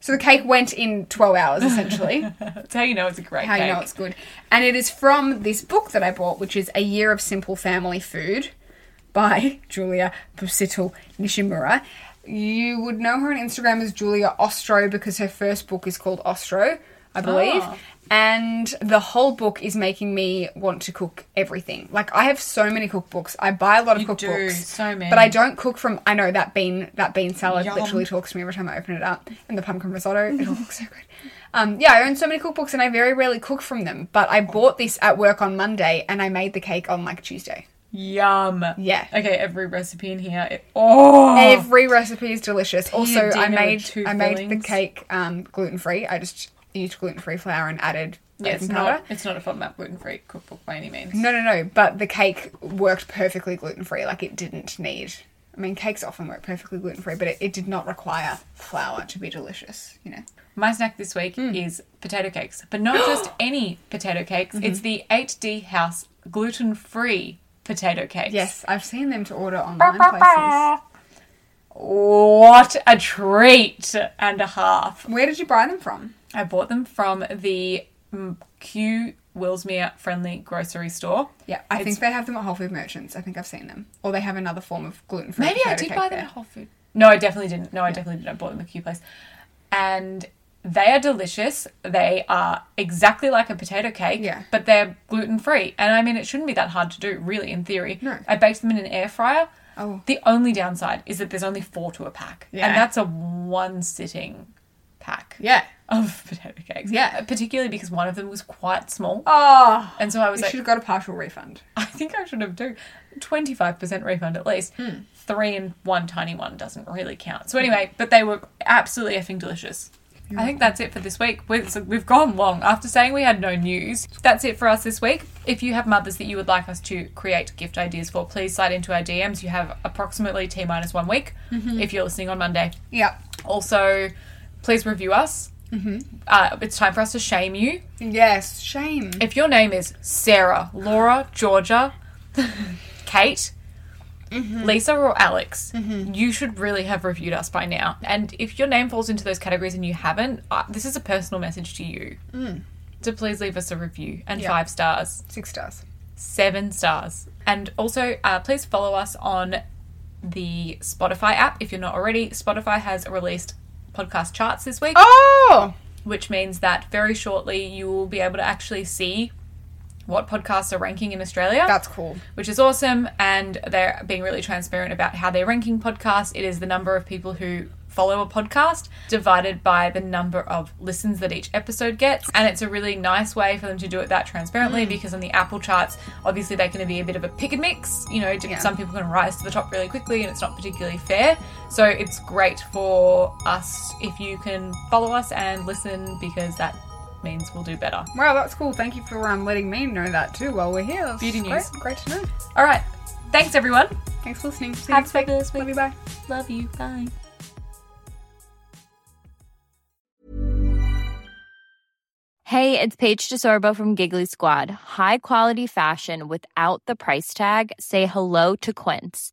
Speaker 1: So the cake went in twelve hours essentially.
Speaker 3: That's how you know it's a great
Speaker 1: how
Speaker 3: cake.
Speaker 1: you know it's good. And it is from this book that I bought, which is A Year of Simple Family Food by Julia Pusital Nishimura. You would know her on Instagram as Julia Ostro because her first book is called Ostro, I believe.
Speaker 3: Ah.
Speaker 1: And the whole book is making me want to cook everything. Like I have so many cookbooks. I buy a lot of
Speaker 3: You do,
Speaker 1: cookbooks.
Speaker 3: so many.
Speaker 1: But I don't cook from I know that bean that bean salad
Speaker 3: Yum.
Speaker 1: literally talks to me every time I open it up. And the pumpkin risotto, it all looks so good. Um, yeah, I own so many cookbooks and I very rarely cook from them. But
Speaker 3: Oh.
Speaker 1: I bought this at work on Monday and I made the cake on like Tuesday.
Speaker 3: Yum.
Speaker 1: Yeah.
Speaker 3: Okay, every recipe in here. It, oh.
Speaker 1: Every recipe is delicious. Also,
Speaker 3: dinner
Speaker 1: I
Speaker 3: with
Speaker 1: made
Speaker 3: two
Speaker 1: I made the
Speaker 3: fillings.
Speaker 1: cake um, gluten free. I just used gluten free flour and added
Speaker 3: yeah, it's
Speaker 1: baking
Speaker 3: not.
Speaker 1: powder. Mm-hmm.
Speaker 3: It's not a FODMAP gluten-free cookbook by any means.
Speaker 1: No, no, no. But the cake worked perfectly gluten free. Like it didn't need. I mean, cakes often work perfectly gluten free, but it, it did not require flour to be delicious. You know.
Speaker 3: My snack this week
Speaker 1: Mm.
Speaker 3: is potato cakes, but not just any potato cakes.
Speaker 1: Mm-hmm.
Speaker 3: It's the 8D House gluten-free potato cakes.
Speaker 1: Yes, I've seen them to order online places.
Speaker 3: What a treat and a half.
Speaker 1: Where did you buy them from?
Speaker 3: I bought them from the mm, Q Willsmere friendly grocery store.
Speaker 1: Yeah, I
Speaker 3: It's-
Speaker 1: think they have them at Whole Food Merchants. I think I've seen them, or they have another form of gluten free.
Speaker 3: Maybe I did buy them at Whole Food. No, I definitely didn't. No, I definitely didn't. I bought them at Q Place. And they are delicious. They are exactly like a potato cake,
Speaker 1: Yeah.
Speaker 3: but they're gluten free. And I mean, it shouldn't be that hard to do, really, in theory.
Speaker 1: No.
Speaker 3: I baked them in an air fryer.
Speaker 1: Oh.
Speaker 3: The only downside is that there's only four to a pack.
Speaker 1: Yeah.
Speaker 3: And that's a one sitting pack
Speaker 1: Yeah.
Speaker 3: of potato cakes. Uh,
Speaker 1: Yeah.
Speaker 3: Particularly because one of them was quite small.
Speaker 1: Oh,
Speaker 3: And so I was
Speaker 1: you
Speaker 3: Oh. like,
Speaker 1: should have got a partial refund.
Speaker 3: I think I should have too. Twenty five percent refund at least.
Speaker 1: Hmm.
Speaker 3: Three and one tiny one doesn't really count. So anyway, but they were absolutely effing delicious. I think that's it for this week. We've, so we've gone long. After saying we had no news, that's it for us this week. If you have mothers that you would like us to create gift ideas for, please slide into our DMs. You have approximately T minus one week
Speaker 1: Mm-hmm.
Speaker 3: if you're listening on Monday.
Speaker 1: Yeah.
Speaker 3: Also, please review us. Uh, it's time for us to shame you.
Speaker 1: Yes. Shame.
Speaker 3: If your name is Sarah, Laura, Georgia, Kate, Lisa, or Alex, you should really have reviewed us by now. And if your name falls into those categories and you haven't, uh, this is a personal message to you. So please leave us a review and five stars,
Speaker 1: Six stars.
Speaker 3: seven stars. And also, uh, please follow us on the Spotify app if you're not already. Spotify has released podcast charts this week
Speaker 1: Oh.
Speaker 3: which means that very shortly you will be able to actually see what podcasts are ranking in Australia.
Speaker 1: That's cool.
Speaker 3: Which is awesome. And they're being really transparent about how they're ranking podcasts. It is the number of people who follow a podcast divided by the number of listens that each episode gets. And it's a really nice way for them to do it that
Speaker 1: Mm.
Speaker 3: transparently because on the Apple charts, obviously they're going to be a bit of a pick and mix. You know, d- some people can rise to the top really quickly and it's not particularly fair. So it's great for us if you can follow us and listen because that means we'll do better.
Speaker 1: Wow, that's cool. Thank you for um, letting me know that too while we're here. That's
Speaker 3: Beauty
Speaker 1: great.
Speaker 3: news.
Speaker 1: Great to know.
Speaker 3: All right. Thanks, everyone.
Speaker 1: Thanks for listening. See you
Speaker 3: Have a
Speaker 1: next week.
Speaker 3: fabulous week.
Speaker 1: Love you. Bye.
Speaker 3: Love you. Bye.
Speaker 10: Hey, it's Paige DeSorbo from Giggly Squad. High quality fashion without the price tag. Say hello to Quince.